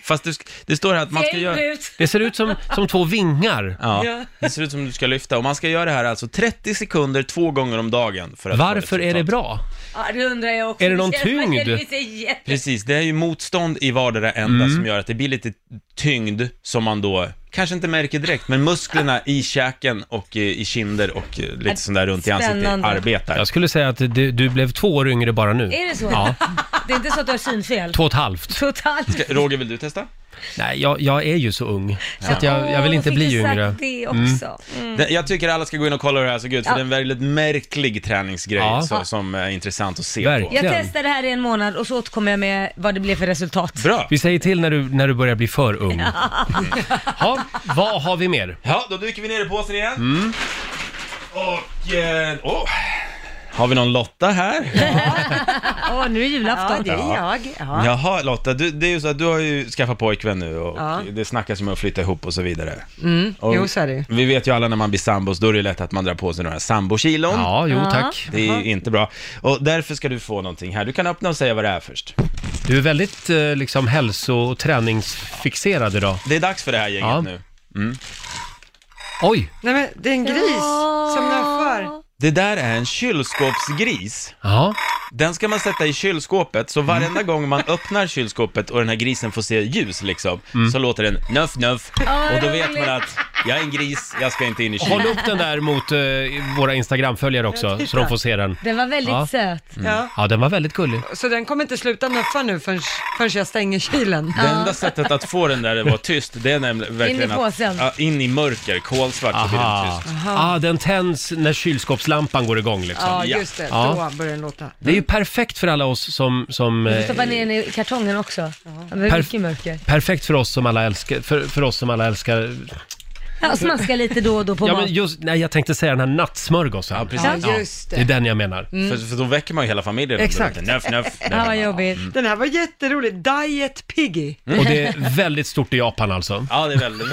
Speaker 8: Fast du, sk- det står här att man ska
Speaker 2: Ser
Speaker 8: göra...
Speaker 2: ut.
Speaker 1: Det ser ut som, som två vingar.
Speaker 8: Ja, det ser ut som du ska lyfta och man ska göra det här alltså 30 sekunder två gånger om dagen. För att få
Speaker 1: Varför är det
Speaker 8: resultat.
Speaker 1: bra?
Speaker 2: Ja, det undrar jag också.
Speaker 1: Är det någon
Speaker 2: känns- man
Speaker 1: tyngd?
Speaker 2: känner sig jätte-
Speaker 8: Precis, det är ju motstånd i vardera ända
Speaker 1: Mm.
Speaker 8: som gör att det blir lite tyngd som man då kanske inte märker direkt, men musklerna i käken och eh, i kinder och eh, lite sånt där runt i ansiktet
Speaker 2: Spännande.
Speaker 8: arbetar.
Speaker 1: Jag skulle säga att du, du blev två år yngre bara nu.
Speaker 2: Är det så?
Speaker 1: Ja,
Speaker 2: Det är inte så att du har synfel?
Speaker 1: två och ett
Speaker 2: *laughs*
Speaker 1: halvt.
Speaker 2: Totalt.
Speaker 8: Roger, vill du testa?
Speaker 1: Nej, jag, jag är ju så ung. Så att jag, jag vill
Speaker 2: Åh,
Speaker 1: inte
Speaker 2: fick
Speaker 1: bli
Speaker 2: du sagt
Speaker 1: yngre.
Speaker 2: det också. Mm.
Speaker 8: Det- Jag tycker alla ska gå in och kolla hur det här såg ut, för det är en väldigt märklig träningsgrej
Speaker 1: Ja.
Speaker 8: så, som är intressant att se
Speaker 1: Verkligen.
Speaker 8: på.
Speaker 2: Jag testar det här i en månad och så återkommer jag med vad det blev för resultat.
Speaker 8: Bra!
Speaker 1: Vi säger till när du, när du börjar bli för ung. Ja, vad har vi mer?
Speaker 8: Ja, då dyker vi ner i påsen igen. Och... Eh, Mm. åh. Har vi någon Lotta här?
Speaker 2: Åh, nu är julafton.
Speaker 9: det är jag. Ja.
Speaker 8: Jaha Lotta, du, det är ju så att du har ju skaffat pojkvän nu och det snackas om att flytta ihop och så vidare. Och
Speaker 3: Jo, så är det ju.
Speaker 8: Vi vet ju alla när man blir sambos, då är det lätt att man drar på sig några sambokilon.
Speaker 1: Ja, jo tack.
Speaker 8: Det är inte bra. Och därför ska du få någonting här. Du kan öppna och säga vad det är först.
Speaker 1: Du är väldigt eh, liksom, hälso och träningsfixerad idag.
Speaker 8: Det är dags för det här gänget
Speaker 1: Ja.
Speaker 8: nu.
Speaker 1: Oj!
Speaker 3: Nej men det är en gris som nappar.
Speaker 1: Mm.
Speaker 8: Det där är en kylskåpsgris.
Speaker 1: Ja,
Speaker 8: Den ska man sätta i
Speaker 1: Ah.
Speaker 8: kylskåpet, så varenda
Speaker 1: Mm.
Speaker 8: gång man öppnar kylskåpet och den här grisen får se ljus liksom,
Speaker 1: Mm.
Speaker 8: så låter den nuff nuff. och då vet man att jag är en gris, jag ska inte in i kylen.
Speaker 1: Ah, håll upp den där mot eh, våra Instagram-följare också, så de får se den.
Speaker 2: Den var väldigt
Speaker 1: Ja.
Speaker 2: söt.
Speaker 3: Ja.
Speaker 1: Ja, den var väldigt gullig.
Speaker 3: Så den kommer inte sluta nuffa nu förrän, förrän jag stänger kylen.
Speaker 8: Det
Speaker 1: Ah.
Speaker 8: enda sättet att få den där att vara tyst, det är nämligen verkligen
Speaker 2: påsen.
Speaker 8: Att, ja, in i mörker, kolsvart, så blir den
Speaker 1: Aha.
Speaker 8: tyst.
Speaker 1: Ah, den tänds när kylskåpslampan går igång liksom.
Speaker 3: Ja, just det.
Speaker 1: Ja.
Speaker 3: Då börjar den låta.
Speaker 1: Det är ju perfekt för alla oss som... som
Speaker 2: Du får
Speaker 1: eh,
Speaker 2: stoppa ner den i kartongen också. Det var
Speaker 1: Perf-
Speaker 2: mycket mörker.
Speaker 1: perfekt för oss som alla älskar, för, för oss som alla älskar
Speaker 2: Ja, smaska lite då och då på
Speaker 1: Ja,
Speaker 2: mat.
Speaker 1: men just, nej, jag tänkte säga den här nattsmörgåsen.
Speaker 8: Ja, precis.
Speaker 3: Ja,
Speaker 8: Ja.
Speaker 3: just
Speaker 1: Det är
Speaker 3: det.
Speaker 1: den jag menar.
Speaker 8: För, för då väcker man ju hela familjen.
Speaker 3: Exakt.
Speaker 1: *laughs*
Speaker 8: Nöff, nöff.
Speaker 2: Ja, vad jobbigt.
Speaker 1: Mm.
Speaker 3: Den här var jätterolig. Diet Piggy.
Speaker 1: Och det är väldigt stort i Japan alltså.
Speaker 8: Ja, det
Speaker 1: *laughs*
Speaker 8: är väldigt...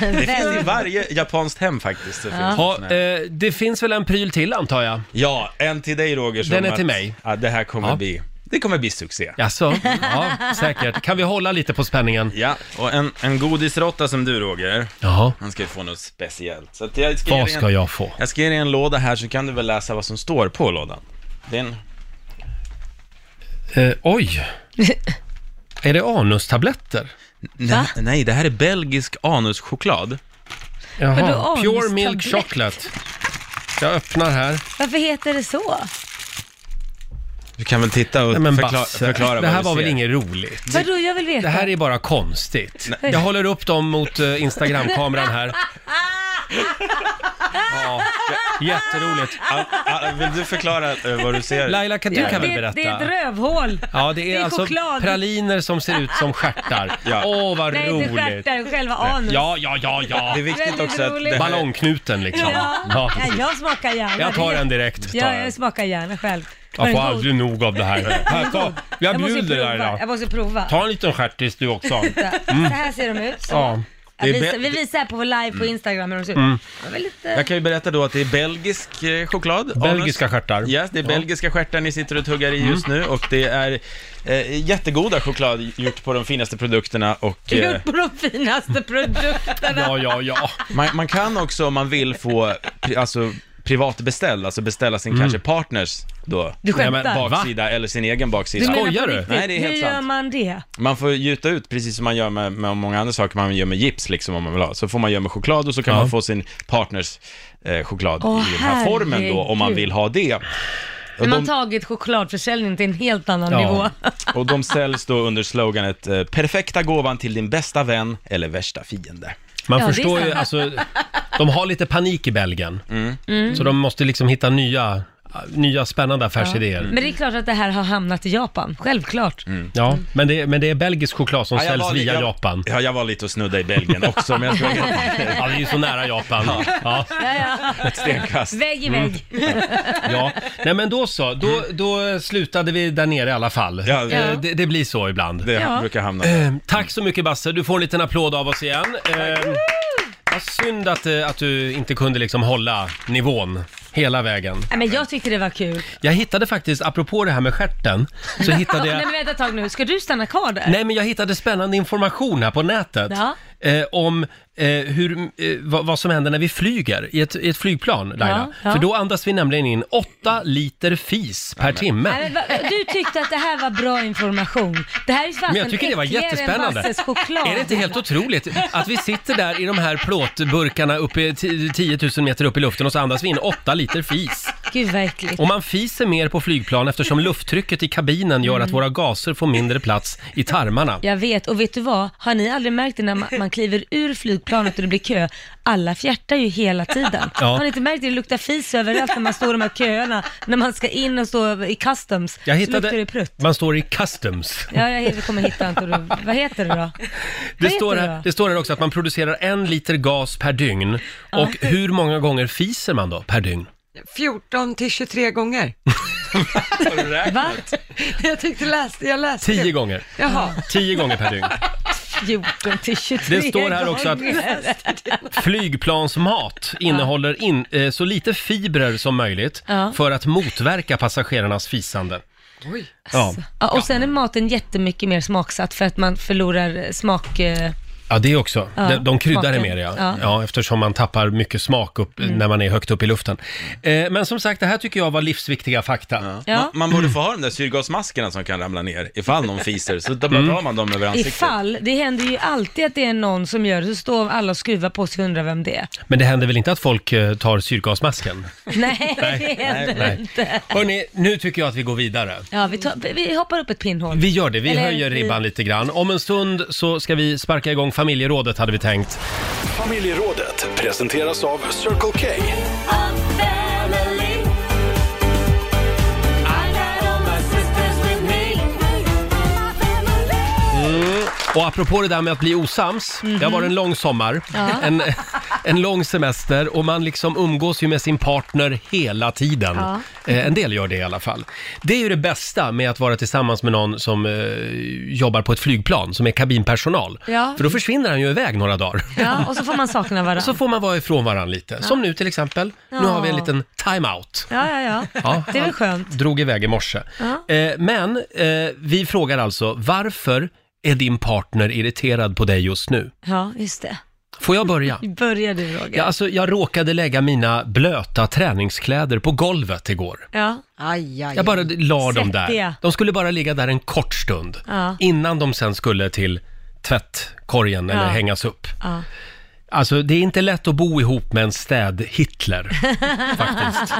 Speaker 8: Det finns i varje japanskt hem faktiskt. Det finns en sån
Speaker 1: Ja,
Speaker 8: här.
Speaker 1: eh, det finns väl en pryl till antar jag?
Speaker 8: ja, en till dig Roger. som
Speaker 1: Den är
Speaker 8: att-
Speaker 1: till mig.
Speaker 8: Ja, det här kommer
Speaker 1: Ja.
Speaker 8: bli... Det kommer bli succé.
Speaker 1: Jaså? Ja, säkert. Kan vi hålla lite på spänningen?
Speaker 8: Ja, och en, en godisråtta som du Roger,
Speaker 1: Jaha,
Speaker 8: han ska ju få något speciellt. Så att jag ska
Speaker 1: vad
Speaker 8: ge dig
Speaker 1: ska
Speaker 8: en,
Speaker 1: jag få?
Speaker 8: jag ska ge dig en låda här så kan du väl läsa vad som står på lådan. Det är en,
Speaker 1: Eh,
Speaker 8: *laughs*
Speaker 1: oj! Är det anustabletter?
Speaker 8: nej, nej, det här är belgisk anuschoklad.
Speaker 1: Jaha,
Speaker 2: Vadå
Speaker 1: Pure
Speaker 2: anustablett?
Speaker 1: Milk Chocolate. Jag öppnar här.
Speaker 2: Varför heter det så?
Speaker 8: Du kan väl titta och
Speaker 1: Nej men
Speaker 8: förkla,
Speaker 1: Basse,
Speaker 8: förklara
Speaker 1: det här
Speaker 8: vad
Speaker 1: var
Speaker 8: du
Speaker 1: väl
Speaker 8: ser.
Speaker 1: inget roligt?
Speaker 2: Vadå, jag vill veta.
Speaker 1: Det här är bara konstigt. Jag håller upp dem mot eh, Instagramkameran
Speaker 8: *laughs*
Speaker 1: här. Ja, jätteroligt.
Speaker 8: Ja, ja, vill du förklara eh, vad du ser?
Speaker 1: Laila, kan, du
Speaker 2: Ja,
Speaker 1: kan väl
Speaker 2: det,
Speaker 1: berätta?
Speaker 2: det är ett rövhål.
Speaker 1: Ja, det är,
Speaker 2: Det är
Speaker 1: alltså
Speaker 2: choklad.
Speaker 1: praliner som ser ut som stjärtar. Åh,
Speaker 8: *laughs* Ja.
Speaker 1: vad
Speaker 2: Nej, inte
Speaker 1: roligt!
Speaker 2: stjärtar, själva anus.
Speaker 1: Ja, ja, ja, ja.
Speaker 8: Det är viktigt
Speaker 2: Väldigt
Speaker 8: också att
Speaker 2: roligt.
Speaker 8: det här,
Speaker 1: Ballongknuten liksom.
Speaker 2: Ja.
Speaker 1: Ja.
Speaker 2: Ja, jag smakar gärna.
Speaker 1: Jag tar en direkt.
Speaker 2: Ja, jag smakar gärna själv. Var
Speaker 1: Jag
Speaker 2: den
Speaker 1: får
Speaker 2: god?
Speaker 1: aldrig nog av det
Speaker 2: *laughs*
Speaker 1: här. här ta, jag
Speaker 2: Jag måste
Speaker 1: bjuder dig
Speaker 2: prova. Jag
Speaker 1: Laila.
Speaker 2: måste prova.
Speaker 1: Ta en liten stjärtis du också.
Speaker 2: Så här ser de ut. Så.
Speaker 1: Ja.
Speaker 2: Jag
Speaker 8: Det är
Speaker 2: visar,
Speaker 8: bä-
Speaker 2: vi visar här på vår live
Speaker 1: Mm.
Speaker 2: på Instagram hur de ser ut. Det var lite...
Speaker 8: jag kan ju berätta då att det är belgisk eh, choklad.
Speaker 1: Belgiska
Speaker 8: anus.
Speaker 1: stjärtar. Mm.
Speaker 8: Yes, det är belgiska stjärtar ni sitter och tuggar i just nu och det är eh, jättegoda choklad gjort på de finaste produkterna och eh,
Speaker 2: Gjort på de finaste produkterna.
Speaker 1: Ja, ja, ja.
Speaker 8: man, man kan också om man vill få pri, alltså, privatbeställ, alltså beställa sin kanske partners då
Speaker 2: Du
Speaker 1: Mm. Nej, men
Speaker 2: skämtar?
Speaker 1: vad-
Speaker 8: baksida eller sin egen
Speaker 2: du
Speaker 8: baksida.
Speaker 2: menar
Speaker 1: skojar
Speaker 2: på
Speaker 1: du?
Speaker 2: riktigt?
Speaker 8: Nej, det är helt
Speaker 2: Hur gör
Speaker 8: sant.
Speaker 2: man det?
Speaker 8: Man får gjuta ut precis som man gör med, med många andra saker man gör med gips liksom om man vill ha. Så får man göra med choklad och så kan
Speaker 1: Ja.
Speaker 8: man få sin partners eh, choklad
Speaker 2: Åh,
Speaker 8: i den här formen då om man
Speaker 2: herregud.
Speaker 8: vill ha det.
Speaker 2: När
Speaker 8: Och
Speaker 2: man
Speaker 8: de,
Speaker 2: tagit chokladförsäljning till en helt annan
Speaker 1: Ja. Mm.
Speaker 2: nivå.
Speaker 8: och de säljs då under sloganet eh, “Perfekta gåvan till din bästa vän eller värsta fiende”.
Speaker 1: Man
Speaker 2: Ja, det är
Speaker 1: förstår ju,
Speaker 2: sant.
Speaker 1: alltså, de har lite panik i Belgien.
Speaker 8: Mm.
Speaker 2: Mm.
Speaker 1: Så de måste liksom hitta nya, nya spännande affärsidéer.
Speaker 2: Men det är klart att det här har hamnat i Japan, självklart.
Speaker 1: Ja, men det, men det är belgisk choklad som
Speaker 8: Ja, jag
Speaker 1: säljs
Speaker 8: var lite-
Speaker 1: via
Speaker 8: jag,
Speaker 1: Japan.
Speaker 8: Ja, jag var lite och snudda i Belgien också, men
Speaker 1: *laughs*
Speaker 8: jag tror jag
Speaker 1: Ja, det är ju så nära Japan. Ja.
Speaker 2: Ja, ja.
Speaker 8: ett stenkast.
Speaker 2: Vägg i vägg.
Speaker 1: Mm. Ja, nej men då så. Då, då slutade vi där nere i alla fall.
Speaker 8: Ja.
Speaker 1: Eh, det, det blir så ibland.
Speaker 8: Det
Speaker 2: Ja.
Speaker 8: brukar hamna.
Speaker 1: Eh, Tack så mycket Basse, du får en liten applåd av oss igen. Eh, vad synd att, eh, att du inte kunde liksom hålla nivån hela vägen.
Speaker 2: Nej, men jag tyckte det var kul.
Speaker 1: Jag hittade faktiskt, apropå det här med stjärten, så hittade jag...
Speaker 2: Nej, men vänta ett tag nu, ska du stanna kvar där?
Speaker 1: Nej, men jag hittade spännande information här på nätet
Speaker 2: Ja.
Speaker 1: eh, om eh, hur, eh, vad, vad som händer när vi flyger i ett, i ett flygplan, Laila.
Speaker 2: Ja, ja.
Speaker 1: För då andas vi nämligen in 8 liter fis per timme.
Speaker 2: Nej, men Äh, va- Du tyckte att det här var bra information. Det här är fast
Speaker 1: Men jag tycker det var jättespännande.
Speaker 2: choklad.
Speaker 1: Är det inte helt otroligt att vi sitter där i de här plåtburkarna uppe i ti- 10 000 meter upp i luften och så andas vi in 8 liter fis.
Speaker 2: Gud vad äckligt.
Speaker 1: Och man fiser mer på flygplan eftersom lufttrycket i kabinen gör att
Speaker 2: Mm.
Speaker 1: våra gaser får mindre plats i tarmarna.
Speaker 2: Jag vet, och vet du vad? Har ni aldrig märkt det när man, man kliver ur flygplanet och det blir kö? Alla fjärtar ju hela tiden.
Speaker 1: Ja.
Speaker 2: Har ni inte märkt det? Det luktar fis överallt när man står i de här köerna. När man ska in och stå i customs,
Speaker 1: Jag
Speaker 2: så luktar det
Speaker 1: hittade,
Speaker 2: prutt.
Speaker 1: man står i customs.
Speaker 2: Ja, jag kommer hitta inte. då. Vad heter det då?
Speaker 1: Det
Speaker 2: Vad
Speaker 1: står,
Speaker 2: heter
Speaker 1: här,
Speaker 2: då?
Speaker 1: det står här också att man producerar en liter gas per dygn. Och hur många gånger fiser man då per dygn?
Speaker 3: 14 till
Speaker 1: *laughs*
Speaker 3: 23 gånger.
Speaker 2: Va?
Speaker 3: *laughs* Jag tyckte läste, jag läste.
Speaker 1: Tio
Speaker 3: det.
Speaker 1: gånger.
Speaker 3: Jaha.
Speaker 1: Tio gånger per dygn.
Speaker 2: 14 till 23
Speaker 1: Det står här också att
Speaker 2: gånger.
Speaker 1: Flygplansmat innehåller in, eh, så lite fibrer som möjligt
Speaker 2: Ja.
Speaker 1: för att motverka passagerarnas fisande.
Speaker 3: Oj.
Speaker 1: Ja.
Speaker 2: Ja, och sen är maten jättemycket mer smaksatt för att man förlorar eh, smak... eh,
Speaker 1: ja, det också.
Speaker 2: Ja,
Speaker 1: De, de kryddar det
Speaker 2: smaken.
Speaker 1: mer, ja. Ja.
Speaker 2: Ja. Mm.
Speaker 1: Eftersom man tappar mycket smak upp, när man är högt upp i luften. Eh, men som sagt, det här tycker jag var livsviktiga fakta.
Speaker 2: Ja.
Speaker 8: Man, man borde få ha de där syrgasmaskerna som kan ramla ner ifall någon fiser, så då bara drar man dem över ansiktet.
Speaker 2: Ifall, det händer ju alltid att det är någon som gör det, så står alla och skruvar på sig och undrar
Speaker 1: *laughs*
Speaker 2: vem det är.
Speaker 1: Men det händer väl inte att folk eh, tar syrgasmasken?
Speaker 2: Nej, det händer
Speaker 1: nej.
Speaker 2: inte.
Speaker 1: Hörni, nu tycker jag att vi går vidare.
Speaker 2: Ja, vi, tar, vi hoppar upp ett pinnhål.
Speaker 1: Vi gör det, vi
Speaker 2: Eller-
Speaker 1: höjer ribban lite grann. Om en stund så ska vi sparka igång familjerådet hade vi tänkt.
Speaker 4: Familjerådet presenteras av Circle K.
Speaker 1: Mm. Och apropå det där med att bli osams, det har varit en lång sommar, en, *laughs* en lång semester och man liksom umgås ju med sin partner hela tiden.
Speaker 9: Ja.
Speaker 1: Eh, En del gör det i alla fall. Det är ju det bästa med att vara tillsammans med någon som eh, jobbar på ett flygplan, som är kabinpersonal.
Speaker 2: Ja.
Speaker 1: För då försvinner han ju iväg några dagar.
Speaker 2: Ja, och så får man sakna varandra.
Speaker 1: Så får man vara ifrån varandra lite. Som nu till exempel. Nu har vi en
Speaker 2: Ja.
Speaker 1: liten time-out.
Speaker 2: Ja, ja, ja.
Speaker 1: Ja,
Speaker 2: Det är väl
Speaker 1: han
Speaker 2: skönt.
Speaker 1: Drog iväg i morse.
Speaker 2: Ja.
Speaker 1: Eh, men eh, vi frågar alltså, varför är din partner irriterad på dig just nu?
Speaker 2: Ja, just det.
Speaker 1: Får jag börja?
Speaker 2: Börja du Roger.
Speaker 1: Ja, alltså, jag råkade lägga mina blöta träningskläder på golvet igår.
Speaker 2: Ja.
Speaker 3: Aj, aj,
Speaker 1: Jag bara la dem där.
Speaker 2: Svettiga.
Speaker 1: De skulle bara ligga där en kort stund
Speaker 2: Ja.
Speaker 1: innan de sen skulle till tvättkorgen eller
Speaker 2: Ja.
Speaker 1: hängas upp.
Speaker 2: Ja.
Speaker 1: Alltså, det är inte lätt att bo ihop med en
Speaker 2: *laughs*
Speaker 1: städ-Hitler, faktiskt.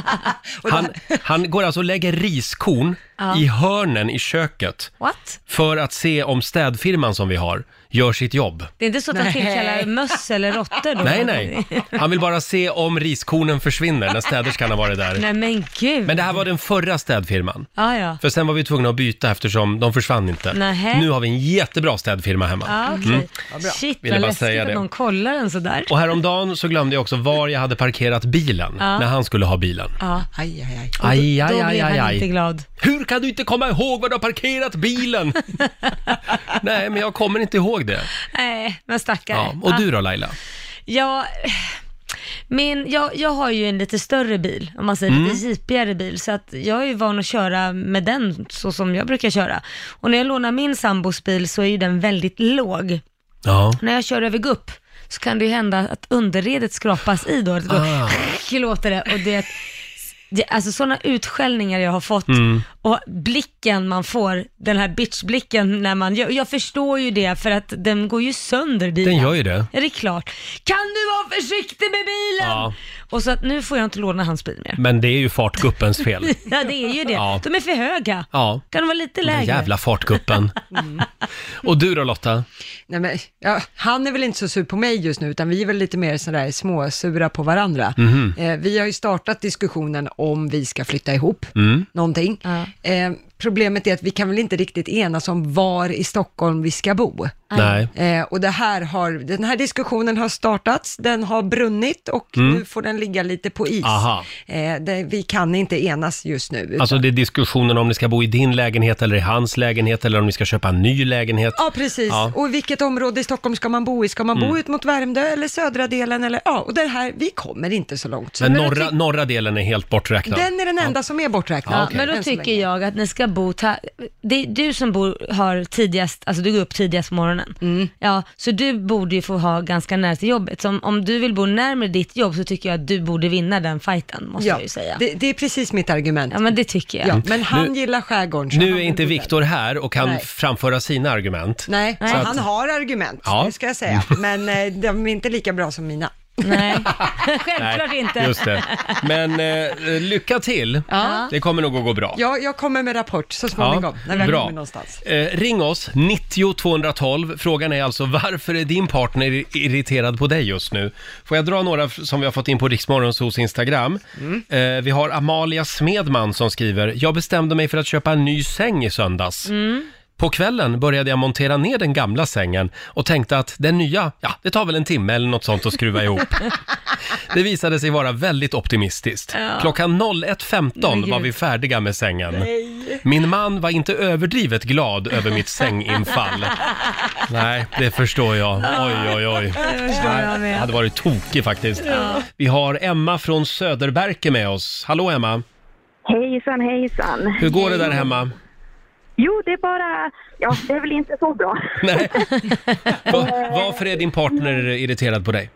Speaker 1: Han, han går alltså och lägger riskorn i hörnen i köket
Speaker 2: What?
Speaker 1: för att se om städfirman som vi har gör sitt jobb.
Speaker 2: Det är inte så att han tillkallar möss eller råttor då?
Speaker 1: Nej, nej. Han vill bara se om riskornen försvinner när städerskan har varit där.
Speaker 2: *laughs* Nej men gud.
Speaker 1: Men det här var den förra städfirman.
Speaker 2: Ja, ja.
Speaker 1: För sen var vi tvungna att byta eftersom de försvann inte.
Speaker 2: Nähä.
Speaker 1: Nu har vi en jättebra städfirma hemma.
Speaker 2: Ja, okej. Shit
Speaker 1: Mm. Ville bara
Speaker 2: vad läskigt
Speaker 1: säga
Speaker 2: att
Speaker 1: det.
Speaker 2: någon kollar en sådär.
Speaker 1: Och häromdagen så glömde jag också var jag hade parkerat bilen
Speaker 2: Ja.
Speaker 1: när han skulle ha bilen.
Speaker 2: Ja.
Speaker 3: aj, aj, aj.
Speaker 1: Aj,
Speaker 2: Då
Speaker 1: aj,
Speaker 2: blir
Speaker 1: aj, aj,
Speaker 2: han inte
Speaker 1: aj.
Speaker 2: glad.
Speaker 1: Hur kan du inte komma ihåg var du har parkerat
Speaker 2: *laughs*
Speaker 1: bilen? Nej, men jag kommer inte ihåg det.
Speaker 2: Nej, men stackare.
Speaker 1: Ja. Och du då Laila?
Speaker 2: Ja, min, jag, jag har ju en lite större bil, om man säger lite
Speaker 1: Mm.
Speaker 2: jeepigare bil, så att jag är ju van att köra med den så som jag brukar köra. Och när jag lånar min sambos bil så är ju den väldigt låg.
Speaker 1: Ja.
Speaker 2: När jag kör över gupp så kan det ju hända att underredet skrapas i då, att det går, *laughs*
Speaker 1: Ah.
Speaker 2: låter det och det, det Alltså sådana utskällningar jag har fått
Speaker 1: Mm.
Speaker 2: och blicken man får, den här bitchblicken när man gör, jag förstår ju det för att den går ju sönder bilen.
Speaker 1: Den gör ju det.
Speaker 2: Ja, det är klart. Kan du vara försiktig med bilen?
Speaker 1: Ja.
Speaker 2: Och så att nu får jag inte låna hans bil mer.
Speaker 1: Men det är ju fartguppens fel.
Speaker 2: *laughs* Ja, det är ju det.
Speaker 1: Ja.
Speaker 2: De är för höga.
Speaker 1: Ja.
Speaker 2: Kan de vara lite lägre?
Speaker 1: Jävla fartguppen.
Speaker 2: Mm.
Speaker 1: Och du då Lotta?
Speaker 3: Nej, men, ja, han är väl inte så sur på mig just nu, utan vi är väl lite mer sådär småsura på varandra. Eh, vi har ju startat diskussionen om vi ska flytta ihop någonting. Eh, problemet är att vi kan väl inte riktigt enas om var i Stockholm vi ska bo.
Speaker 1: Nej.
Speaker 3: Eh, och det här har, den här diskussionen har startats, den har brunnit och nu får den ligga lite på is.
Speaker 1: Aha.
Speaker 3: Eh, det, vi kan inte enas just nu. utan-
Speaker 1: Alltså det är diskussionen om ni ska bo i din lägenhet eller i hans lägenhet eller om ni ska köpa en ny lägenhet.
Speaker 3: Ja, precis.
Speaker 1: Ja. Mm.
Speaker 3: Och i vilket område i Stockholm ska man bo i? Ska man bo ut mot Värmdö eller södra delen? Eller, ja, och det här, vi kommer inte så långt. Så
Speaker 1: Men
Speaker 3: då
Speaker 1: norra,
Speaker 3: tyck-
Speaker 1: norra delen är helt borträknad.
Speaker 3: den är den enda som är borträknad.
Speaker 2: Ja, Men då
Speaker 3: än så
Speaker 2: tycker
Speaker 3: länge.
Speaker 2: jag att ni ska bo, ta, det är du som bor, har tidigast, alltså du går upp tidigast på morgonen.
Speaker 3: Mm.
Speaker 2: Ja, så du borde ju få ha ganska nära till jobbet. Så om, om du vill bo närmare ditt jobb så tycker jag att du borde vinna den fighten, måste
Speaker 3: ja,
Speaker 2: jag ju säga.
Speaker 3: Det, det är precis mitt argument.
Speaker 2: Ja, men det tycker jag.
Speaker 3: Ja, men han gillar skärgården. så han
Speaker 1: Mm. Nu är
Speaker 3: vill
Speaker 1: inte
Speaker 3: bo där.
Speaker 1: Viktor här och kan
Speaker 3: Nej.
Speaker 1: framföra sina argument.
Speaker 3: Nej,
Speaker 2: Nej.
Speaker 3: så
Speaker 2: att-
Speaker 3: han har argument,
Speaker 1: Ja.
Speaker 3: det ska
Speaker 1: *laughs*
Speaker 3: jag säga. Men eh, de är inte lika bra som mina.
Speaker 2: *laughs* Nej, självklart inte.
Speaker 1: Just det. Men eh, lycka till.
Speaker 3: Ja.
Speaker 1: Det kommer nog att gå bra.
Speaker 3: Ja, jag kommer med rapport så småningom, när vi har
Speaker 1: bra.
Speaker 3: kommit någonstans.
Speaker 1: Eh, ring oss, 90 212. Frågan är alltså varför är din partner ir- irriterad på dig just nu? Får jag dra några f- som vi har fått in på Riksmorgons hos Instagram?
Speaker 3: Mm.
Speaker 1: Eh, vi har Amalia Smedman som skriver, jag bestämde mig för att köpa en ny säng i söndags. På kvällen började jag montera ner den gamla sängen och tänkte att den nya, ja, det tar väl en timme eller något sånt att skruva ihop. Det visade sig vara väldigt optimistiskt. Klockan 01.15 var vi färdiga med sängen. Min man var inte överdrivet glad över mitt sänginfall. Nej, det förstår jag. Oj, oj, oj. Nej, jag hade varit tokig faktiskt. Vi har Emma från Söderberke med oss. Hallå Emma!
Speaker 7: Hejsan, hejsan.
Speaker 1: Hur går det där hemma?
Speaker 7: Jo, det är bara... Ja, det är väl inte så bra.
Speaker 1: *laughs* Nej. Va- varför är din partner irriterad på dig?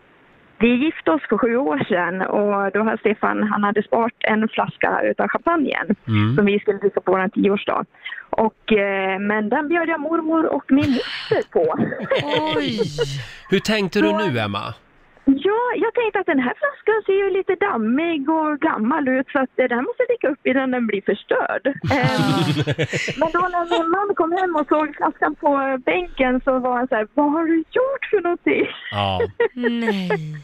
Speaker 7: Vi gifte oss för sju år sedan och då hade Stefan, han hade sparat en flaska utav champagnen som vi skulle dricka på vår tioårsdag. Och, eh, men den bjöd jag mormor och min moster på.
Speaker 2: *laughs* Oj!
Speaker 1: Hur tänkte du nu Emma?
Speaker 7: ja, jag tänkte att den här flaskan ser ju lite dammig och gammal ut så att eh, den måste dyka upp innan den blir förstörd. Eh, men då när min man kom hem och såg flaskan på bänken så var han så här, vad har du gjort för någonting?
Speaker 1: Ja.
Speaker 2: Nej.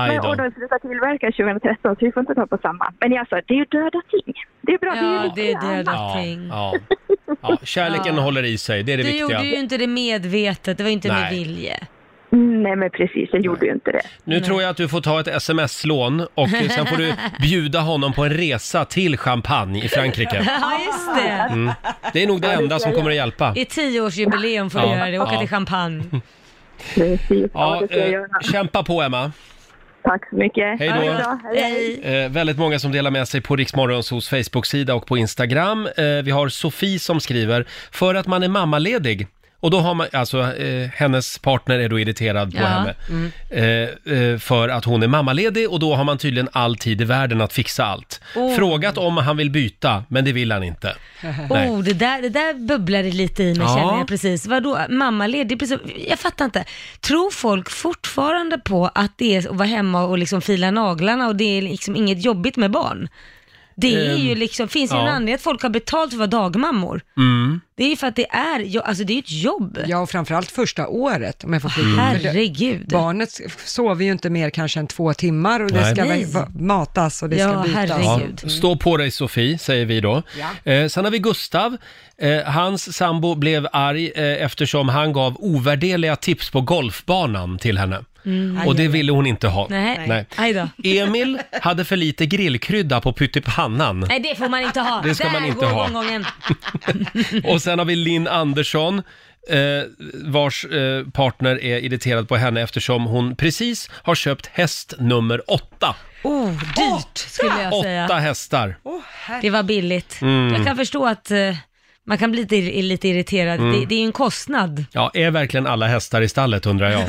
Speaker 1: Aj
Speaker 7: Men,
Speaker 1: då.
Speaker 7: och de slutade tillverka 2013 så vi får inte ta på samma. Men alltså, det är ju döda ting. Det är bra, det är ju
Speaker 2: Ja, det
Speaker 7: lyckliga.
Speaker 2: är döda
Speaker 1: Ja,
Speaker 2: ting.
Speaker 1: ja. ja, kärleken
Speaker 2: Ja.
Speaker 1: håller i sig, det är det
Speaker 2: Du gjorde ju
Speaker 1: viktiga.
Speaker 2: inte det medvetet, det var inte med
Speaker 1: Nej.
Speaker 2: vilje.
Speaker 7: Nej men precis, jag gjorde ju inte det.
Speaker 1: Nu tror jag att du får ta ett sms-lån och eh, sen får du bjuda honom på en resa till Champagne i Frankrike.
Speaker 2: Ja, just det.
Speaker 1: Mm. Det är nog det enda som kommer att hjälpa.
Speaker 2: I tioårsjubileum får du
Speaker 1: Ja,
Speaker 2: göra det, åka
Speaker 1: ja.
Speaker 2: till champagne.
Speaker 7: Precis,
Speaker 1: Ja,
Speaker 7: ja, det ska jag
Speaker 1: eh,
Speaker 7: göra.
Speaker 1: kämpa på Emma.
Speaker 7: Tack så mycket.
Speaker 1: Hej då.
Speaker 7: Ha det bra. Hej, hej.
Speaker 2: Hej.
Speaker 1: Eh, väldigt många som delar med sig på Riksmorgonsos Facebook-sida och på Instagram. Eh, vi har Sofie som skriver, för att man är mammaledig och då har man, alltså eh, hennes partner är då irriterad på
Speaker 2: Ja. Mm.
Speaker 1: henne eh, eh, för att hon är mammaledig och då har man tydligen all tid i världen att fixa allt.
Speaker 2: Oh.
Speaker 1: Frågat om han vill byta, men det vill han inte. Nej.
Speaker 2: Oh, det där, det där bubblade lite i mig
Speaker 1: Ja.
Speaker 2: känner jag precis. Vadå, mammaledig? Precis, jag fattar inte. Tror folk fortfarande på att det är att vara hemma och liksom fila naglarna och det är liksom inget jobbigt med barn? Det är
Speaker 1: Ehm,
Speaker 2: ju liksom, finns ju en
Speaker 1: ja. Mm.
Speaker 2: anledning att folk har betalt för att vara dagmammor. Det är ju för att det är, jo- alltså det är ju ett jobb.
Speaker 3: Ja, och framförallt första året, om jag får flika in. För det-
Speaker 2: Herregud.
Speaker 3: Barnet sover ju inte mer kanske än två timmar och
Speaker 1: Nej.
Speaker 3: det ska
Speaker 2: Nej.
Speaker 3: väl va- matas och det
Speaker 2: Ja,
Speaker 3: ska bytas.
Speaker 1: Ja,
Speaker 2: herregud. Mm.
Speaker 1: stå på dig Sofie, säger vi då. Eh, sen har vi Gustav. Eh, hans sambo blev arg eh, eftersom han gav ovärderliga tips på golfbanan till henne. Och det ville hon inte ha.
Speaker 2: Mm. Nej.
Speaker 1: Nej.
Speaker 2: Aj då.
Speaker 1: Emil hade för lite grillkrydda på pyttipannan.
Speaker 2: Nej, det får man inte ha.
Speaker 1: Det ska
Speaker 2: Där
Speaker 1: man inte
Speaker 2: går
Speaker 1: ha.
Speaker 2: gånggången.
Speaker 1: Och sen har vi Linn Andersson. Eh, vars eh, partner är irriterad på henne eftersom hon precis har köpt häst nummer åtta.
Speaker 2: Oh, dyrt skulle jag säga.
Speaker 1: Åtta hästar.
Speaker 2: Det var billigt.
Speaker 1: Mm.
Speaker 2: Jag kan förstå att eh, man kan bli lite, ir- lite irriterad.
Speaker 1: Mm.
Speaker 2: Det, det är ju en kostnad.
Speaker 1: Ja, är verkligen alla hästar i stallet undrar
Speaker 2: *laughs*
Speaker 1: jag.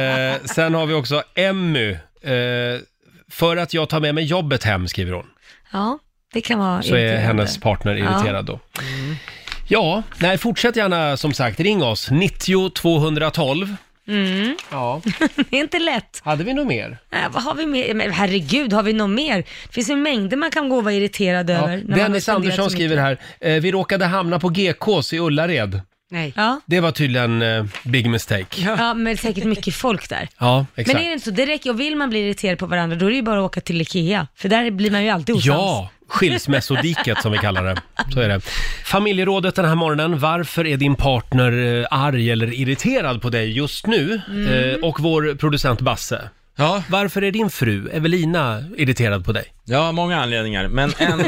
Speaker 1: eh, sen har vi också Emmy. Eh, för att jag tar med mig jobbet hem, skriver hon.
Speaker 2: Ja, det kan vara
Speaker 1: Så är
Speaker 2: irriterande. Mm.
Speaker 1: hennes partner irriterad då. Ja, nej, fortsätt gärna som sagt. Ring oss, 90 212. Ja,
Speaker 2: *laughs* Det är inte lätt.
Speaker 1: hade vi nog mer?
Speaker 2: Äh, vad har vi mer? Men herregud, har vi något mer? Det finns ju mängder man kan gå och vara irriterad
Speaker 1: Ja.
Speaker 2: över. när man har
Speaker 1: Dennis
Speaker 2: spenderat
Speaker 1: Andersson
Speaker 2: så mycket.
Speaker 1: skriver här, eh, vi råkade hamna på GKs i Ullared.
Speaker 3: Nej.
Speaker 2: Ja,
Speaker 1: Det var tydligen eh, big mistake.
Speaker 2: ja, men säkert mycket folk där.
Speaker 1: Ja,
Speaker 2: Men
Speaker 1: exakt.
Speaker 2: är det inte så, det räcker, och vill man bli irriterad på varandra, då är det ju bara att åka till IKEA, för där blir man ju alltid osams.
Speaker 1: Ja, skilsmässodiket som vi kallar det. Så är det. Familjerådet den här morgonen. Varför är din partner eh, arg eller irriterad på dig just nu? Eh, och vår producent Basse.
Speaker 8: Ja,
Speaker 1: Varför är din fru Evelina irriterad på dig?
Speaker 8: Ja, många anledningar, men
Speaker 2: *laughs*
Speaker 8: en,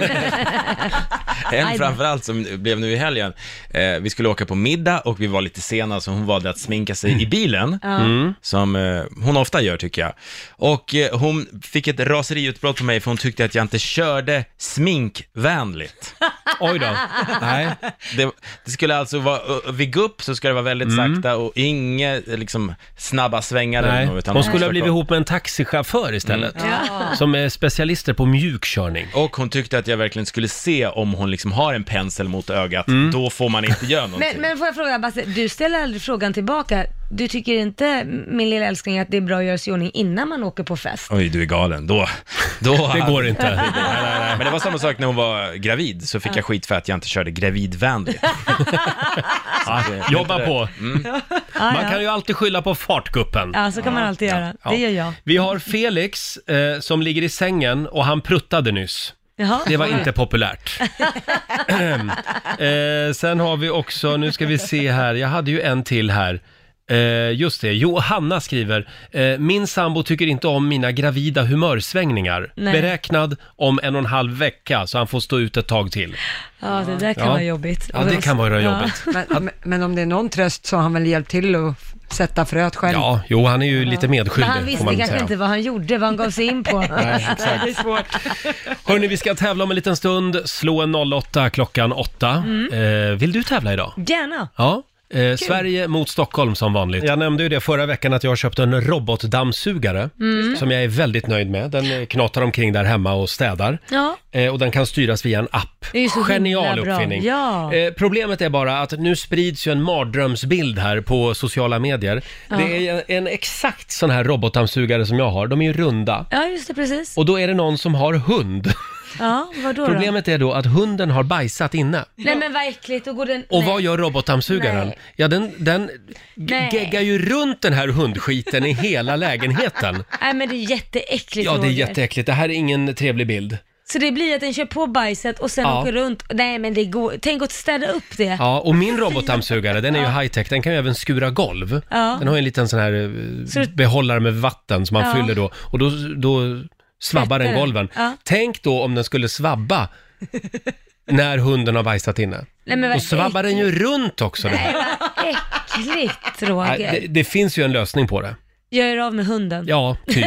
Speaker 8: en framförallt som blev nu i helgen. Eh, vi skulle åka på middag och vi var lite sena, så hon valde att sminka sig i bilen, som eh, hon ofta gör tycker jag. Och eh, hon fick ett raseriutbrott på mig för hon tyckte att jag inte körde sminkvänligt.
Speaker 1: Oj då. *laughs* Nej.
Speaker 8: Det, det skulle alltså vara, ö- vid gupp så ska det vara väldigt sakta och inga eh, liksom, snabba svängar
Speaker 1: Mm. Nej.
Speaker 8: något, utan
Speaker 1: Hon
Speaker 8: man
Speaker 1: skulle ha
Speaker 8: ska
Speaker 1: blivit
Speaker 8: vara-
Speaker 1: ihop med en taxichaufför istället. Som är specialister på mjukkörning.
Speaker 8: Och hon tyckte att jag verkligen skulle se om hon liksom har en pensel mot ögat,
Speaker 1: Mm.
Speaker 8: då får man inte göra någonting.
Speaker 2: Men, men får jag fråga Basse, du ställer aldrig frågan tillbaka. Du tycker inte, min lilla älskling, att det är bra att göra sig i ordning innan man åker på fest?
Speaker 8: Oj, du är galen. Då, då...
Speaker 1: *laughs* Det går inte.
Speaker 8: *laughs* Nej, nej, nej. Men det var samma sak när hon var gravid, så fick jag skit för att jag inte
Speaker 2: *laughs*
Speaker 8: körde gravidvänligt.
Speaker 1: Ja, Mm. jobba på.
Speaker 2: Ah,
Speaker 1: Man
Speaker 2: ja.
Speaker 1: kan ju alltid skylla på fartguppen.
Speaker 2: ja, så kan man alltid göra.
Speaker 1: Ja.
Speaker 2: Det gör jag.
Speaker 1: Vi har Felix eh, som ligger i sängen och han pruttade nyss.
Speaker 2: Jaha.
Speaker 1: Det var inte populärt. eh, sen har vi också, nu ska vi se här, jag hade ju en till här. Eh, just det, Johanna skriver, eh, min sambo tycker inte om mina gravida humörsvängningar.
Speaker 2: Nej.
Speaker 1: Beräknad om en och en halv vecka, så han får stå ut ett tag till.
Speaker 2: Ja, det där kan
Speaker 1: Ja.
Speaker 2: vara jobbigt.
Speaker 1: Ja, det kan vara
Speaker 2: Ja.
Speaker 1: jobbigt.
Speaker 3: Men, men om det är någon tröst så har han väl hjälpt till att sätta fröet själv.
Speaker 1: Ja, jo, han är ju lite
Speaker 2: Men
Speaker 1: medskyldig,
Speaker 2: han
Speaker 1: får
Speaker 2: visste
Speaker 1: man
Speaker 2: kanske
Speaker 1: säga.
Speaker 2: inte vad han gjorde, vad han gav
Speaker 1: *laughs*
Speaker 2: sig in på.
Speaker 3: Det är svårt.
Speaker 1: Hörni, vi ska tävla om en liten stund. Slå en 08 klockan 8.
Speaker 2: Mm.
Speaker 1: Eh, vill du tävla idag?
Speaker 2: Gärna.
Speaker 1: Ja. Eh, Sverige mot Stockholm som vanligt. Jag nämnde ju det förra veckan att jag har köpt en robotdammsugare
Speaker 2: Mm.
Speaker 1: som jag är väldigt nöjd med. Den eh, knatar omkring där hemma och städar.
Speaker 2: Ja.
Speaker 1: Eh, och den kan styras via en app.
Speaker 2: Det är ju så
Speaker 1: Genial
Speaker 2: himla bra.
Speaker 1: uppfinning.
Speaker 2: Ja.
Speaker 1: Eh, problemet är bara att nu sprids ju en mardrömsbild här på sociala medier. Det är en, en exakt sån här robotdammsugare som jag har. De är ju runda.
Speaker 2: Ja, just det, precis.
Speaker 1: Och då är det någon som har hund.
Speaker 2: Ja, vadå då?
Speaker 1: Problemet är då att hunden har bajsat inne.
Speaker 2: Nej men vad äckligt, då går den...
Speaker 1: Och
Speaker 2: nej.
Speaker 1: vad gör robotdammsugaren?
Speaker 2: Nej.
Speaker 1: Ja, den, den
Speaker 2: Nej.
Speaker 1: geggar ju runt den här hundskiten i hela lägenheten.
Speaker 2: Nej men *laughs* det är jätteäckligt
Speaker 1: Ja, det är
Speaker 2: Roger.
Speaker 1: jätteäckligt. Det här är ingen trevlig bild.
Speaker 2: Så det blir att den kör på bajset och sen
Speaker 1: Ja.
Speaker 2: åker runt. Nej men det går, tänk att städa upp det.
Speaker 1: Ja, och min robotdammsugare, den är ju high-tech. Den kan ju även skura golv.
Speaker 2: Ja.
Speaker 1: Den har ju en liten sån här eh,
Speaker 2: Så du-
Speaker 1: behållare med vatten som man
Speaker 2: Ja.
Speaker 1: fyller då. Och då, då svabbar
Speaker 2: Tvättar
Speaker 1: den
Speaker 2: den.
Speaker 1: golven.
Speaker 2: Ja.
Speaker 1: Tänk då om den skulle
Speaker 2: *laughs*
Speaker 1: svabba när hunden har bajsat inne.
Speaker 2: Nej men
Speaker 1: Då
Speaker 2: vad
Speaker 1: svabbar den ju runt också. Den. här.
Speaker 2: äckligt
Speaker 1: Nej,
Speaker 2: Roger.
Speaker 1: det, det finns ju en lösning på det.
Speaker 2: Gör er av med hunden.
Speaker 1: Ja,
Speaker 2: *laughs*
Speaker 1: typ.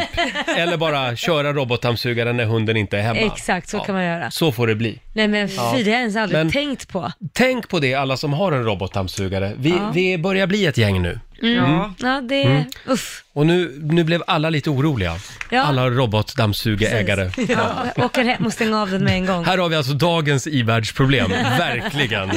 Speaker 1: Eller bara köra robotdammsugaren när hunden inte är hemma.
Speaker 2: Exakt, så
Speaker 1: Ja.
Speaker 2: kan man göra.
Speaker 1: Så får det bli.
Speaker 2: Nej men fy, det har jag ens aldrig
Speaker 1: Men-
Speaker 2: tänkt på.
Speaker 1: Tänk på det alla som har en robotdammsugare. Vi, vi börjar bli ett gäng nu.
Speaker 3: Ja.
Speaker 2: Ja, det...
Speaker 1: Mm. *laughs*
Speaker 2: Uff.
Speaker 1: Och nu, nu blev alla lite oroliga.
Speaker 2: Ja.
Speaker 1: Alla robotdammsugeägare.
Speaker 2: Ja, åker hem och stänger av den med en gång.
Speaker 1: Här har vi alltså dagens
Speaker 2: *laughs*
Speaker 1: ivärldsproblem, verkligen.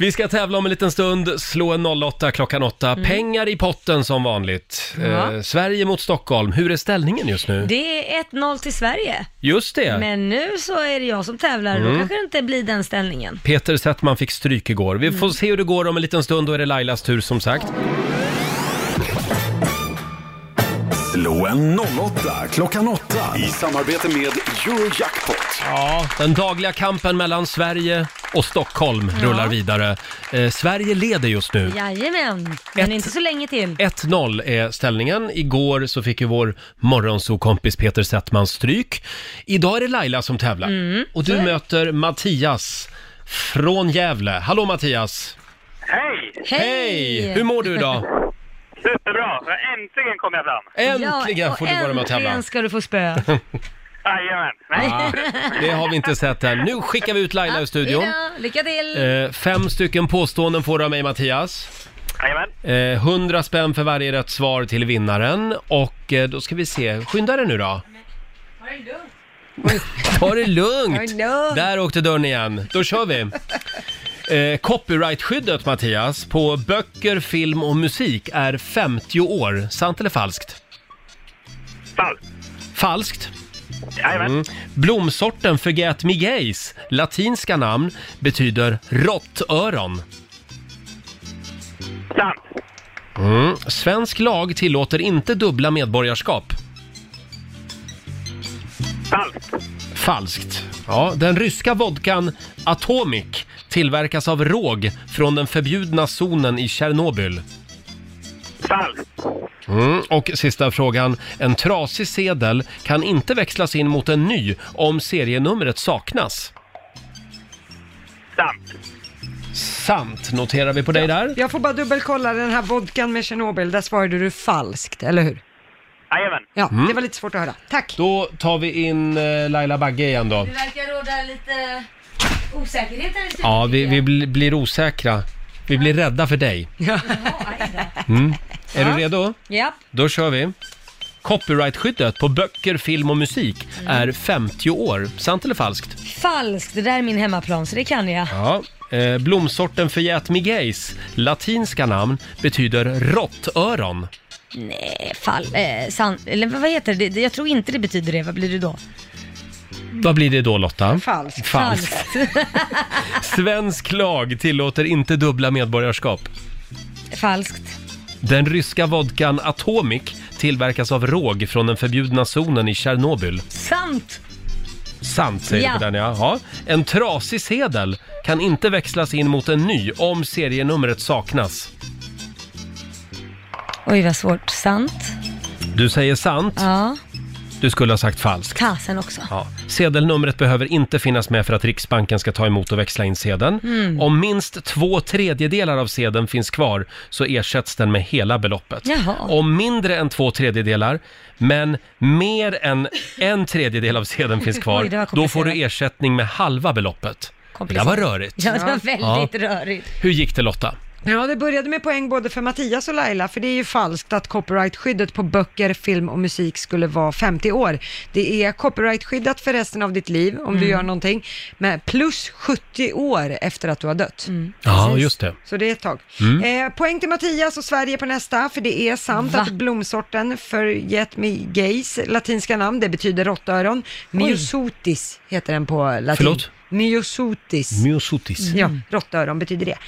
Speaker 1: Vi ska tävla om en liten stund, slå en 08 klockan 8. Pengar i potten som vanligt.
Speaker 2: Mm. Ja.
Speaker 1: Eh, Sverige mot Stockholm, hur är ställningen just nu?
Speaker 2: Det är 1-0 till Sverige.
Speaker 1: Just det!
Speaker 2: Men nu så är det jag som tävlar,
Speaker 1: Mm.
Speaker 2: då kanske det inte blir den ställningen.
Speaker 1: Peter Settman fick stryk igår. Vi får se hur det går om en liten stund, då är det Lailas tur som sagt.
Speaker 4: Slå en 08 klockan 8 i samarbete med Eurojackpot.
Speaker 1: Ja, den dagliga kampen mellan Sverige och Stockholm rullar vidare. Eh, Sverige leder just nu.
Speaker 2: Jajamän, men
Speaker 1: Ett-
Speaker 2: inte så länge till.
Speaker 1: 1-0 är ställningen. Igår så fick ju vår morgonsokompis Peter Settman stryk. Idag är det Laila som tävlar. Och du möter Mattias från Gävle. Hallå Mattias!
Speaker 5: Hej!
Speaker 1: Hur mår du idag?
Speaker 5: Superbra! Äntligen kom jag fram!
Speaker 1: Äntligen får du vara med och
Speaker 2: Ja, och
Speaker 1: tävla.
Speaker 2: äntligen ska du
Speaker 1: *laughs*
Speaker 2: få spö.
Speaker 5: Jajamän! Nej,
Speaker 1: Det har vi inte sett än. Nu skickar vi ut Laila i studion.
Speaker 2: Hejdå, Lycka till!
Speaker 1: Eh, fem stycken påståenden får du av mig Mattias.
Speaker 5: Jajamän!
Speaker 1: Eh, 100 spänn för varje rätt svar till vinnaren. Och eh, då ska vi se, skynda dig nu då. Ta det lugnt!
Speaker 3: Ta det lugnt.
Speaker 1: Där åkte dörren igen. Då kör vi! Eh, copyrightskyddet Mattias, på böcker, film och musik är 50 år. Sant eller falskt?
Speaker 5: Fall!
Speaker 1: Falskt. Mm.
Speaker 5: Jajamän!
Speaker 1: Blomsorten Forget Me Gays latinska namn betyder råttöron.
Speaker 5: Sant!
Speaker 1: Mm. Svensk lag tillåter inte dubbla medborgarskap.
Speaker 5: Falskt!
Speaker 1: Falskt. Ja, den ryska vodkan Atomic tillverkas av råg från den förbjudna zonen i Tjernobyl.
Speaker 5: Falskt!
Speaker 1: Mm. Och sista frågan. En trasig sedel kan inte växlas in mot en ny om serienumret saknas.
Speaker 5: Sant!
Speaker 1: Sant, noterar vi på dig där.
Speaker 3: Jag får bara dubbelkolla den här vodkan med Tjernobyl, där svarade du falskt, eller hur?
Speaker 5: Jajamän!
Speaker 3: Ja,
Speaker 1: Mm.
Speaker 3: det var lite svårt att höra. Tack!
Speaker 1: Då tar vi in eh, Laila Bagge igen då.
Speaker 2: Det verkar råda lite osäkerhet här i studion.
Speaker 1: Ja, vi, vi bl- blir osäkra. Vi blir rädda för dig. Mm. Är du redo?
Speaker 2: Ja,
Speaker 1: Då kör vi. Copyrightskyddet på böcker, film och musik är 50 år. Sant eller falskt?
Speaker 2: falskt. Det där är min hemmaplan, så det kan jag.
Speaker 1: Ja. Eh, blomsorten Forget Me Gays latinska namn betyder råttöron.
Speaker 2: Eh, Fall, eh, san, eller vad heter det? det? Jag tror inte det betyder det. Vad blir det då?
Speaker 1: Vad blir det då Lotta?
Speaker 3: Falskt.
Speaker 1: Falskt. Svensk lag tillåter inte dubbla medborgarskap.
Speaker 2: falskt.
Speaker 1: Den ryska vodkan Atomic tillverkas av råg från den förbjudna zonen i Tjernobyl.
Speaker 2: Sant!
Speaker 1: Sant säger
Speaker 2: Ja.
Speaker 1: du på den ja. ja. En trasig sedel kan inte växlas in mot en ny om serienumret saknas.
Speaker 2: Oj, vad svårt. Sant.
Speaker 1: Du säger sant,
Speaker 2: Ja,
Speaker 1: du skulle ha sagt falskt.
Speaker 2: tasen också.
Speaker 1: Ja. Sedelnumret behöver inte finnas med för att Riksbanken ska ta emot och växla in sedeln.
Speaker 2: Mm.
Speaker 1: Om minst två tredjedelar av sedeln finns kvar så ersätts den med hela beloppet.
Speaker 2: Jaha.
Speaker 1: Om mindre än två tredjedelar, men mer än en tredjedel av sedeln finns
Speaker 2: *laughs* Oj, det var
Speaker 1: kvar, då
Speaker 2: komplicerat.
Speaker 1: får du ersättning med halva beloppet. Det där var rörigt.
Speaker 2: Ja, det var väldigt rörigt.
Speaker 1: Hur gick det Lotta?
Speaker 3: Ja, det började med poäng både för Mattias och Laila, för det är ju falskt att copyrightskyddet på böcker, film och musik skulle vara 50 år. Det är copyrightskyddat för resten av ditt liv om
Speaker 2: Mm.
Speaker 3: du gör någonting, men plus 70 år efter att du har dött.
Speaker 2: Mm.
Speaker 1: Ja, just det.
Speaker 3: Så det är ett tag. Eh, poäng till Mattias och Sverige på nästa, för det är sant
Speaker 2: Va?
Speaker 3: att blomsorten förgetmigeis, latinska namn, det betyder råttöron. Myosotis heter den på latin.
Speaker 1: Förlåt?
Speaker 3: Myosotis.
Speaker 1: Myosotis.
Speaker 3: Ja, råttöron betyder det.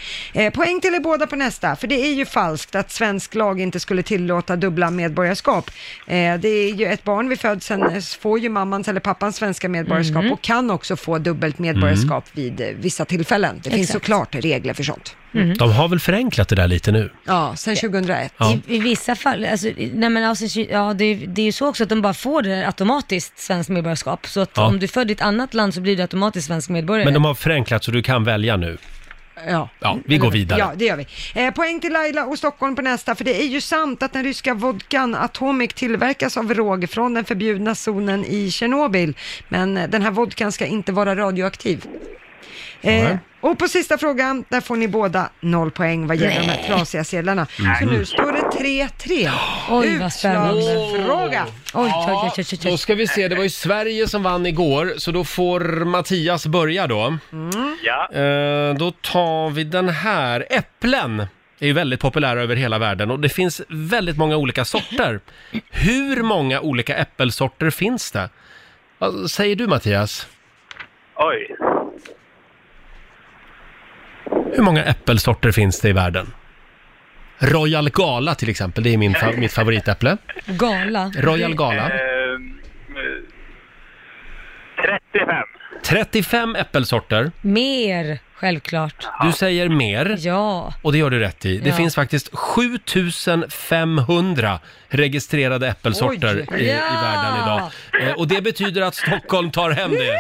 Speaker 3: Eh, poäng till er båda på nästa, för det är ju falskt att svensk lag inte skulle tillåta dubbla medborgarskap. Eh, det är ju ett barn vid födseln eh, får ju mammans eller pappans svenska medborgarskap
Speaker 2: Mm.
Speaker 3: och kan också få dubbelt medborgarskap vid eh, vissa tillfällen. Det finns
Speaker 2: Exakt.
Speaker 3: såklart regler för sånt.
Speaker 2: Mm.
Speaker 1: De har väl förenklat det där lite nu?
Speaker 3: Ja, sen 2001.
Speaker 1: Ja.
Speaker 2: I, I vissa fall, alltså, i- nej men alltså, ja, det, det är ju så också att de bara får det automatiskt, svenskt medborgarskap. Så att
Speaker 1: Ja.
Speaker 2: om du är född i ett annat land så blir du automatiskt svensk medborgare.
Speaker 1: Men de har förenklat så du kan välja nu.
Speaker 3: Ja.
Speaker 1: Ja, vi går vidare.
Speaker 3: Ja, det gör vi. Eh, poäng till Laila och Stockholm på nästa, för det är ju sant att den ryska vodkan Atomic tillverkas av råg från den förbjudna zonen i Tjernobyl, men eh, den här vodkan ska inte vara radioaktiv. Eh,
Speaker 1: Nej.
Speaker 3: och på sista frågan, där får ni båda noll poäng vad gäller de här trasiga sedlarna. Så nu står det 3-3.
Speaker 2: Oj, vad spännande.
Speaker 3: Utslagsfråga.
Speaker 2: Oj, oj, oj, oj, oj,
Speaker 1: Då
Speaker 2: oj.
Speaker 1: ska vi se, det var ju Sverige som vann igår, så då får Mattias börja då.
Speaker 5: Ja.
Speaker 1: Eh, då tar vi den här. Äpplen är ju väldigt populära över hela världen och det finns väldigt många olika sorter. Hur många olika äppelsorter finns det? Vad säger du Mattias?
Speaker 5: Oj.
Speaker 1: Hur många äppelsorter finns det i världen? Royal Gala till exempel, det är min fa- mitt favoritäpple.
Speaker 2: Gala.
Speaker 1: Royal Gala.
Speaker 5: Ehm, eh, 35.
Speaker 1: 35 äppelsorter.
Speaker 2: Mer, självklart.
Speaker 1: Du säger mer.
Speaker 2: Ja.
Speaker 1: Och det gör du rätt i. Det
Speaker 2: Ja.
Speaker 1: finns faktiskt 7500 registrerade äppelsorter
Speaker 3: Oj.
Speaker 1: i, i
Speaker 2: Ja.
Speaker 1: världen idag. Eh, och det betyder att Stockholm tar hem det.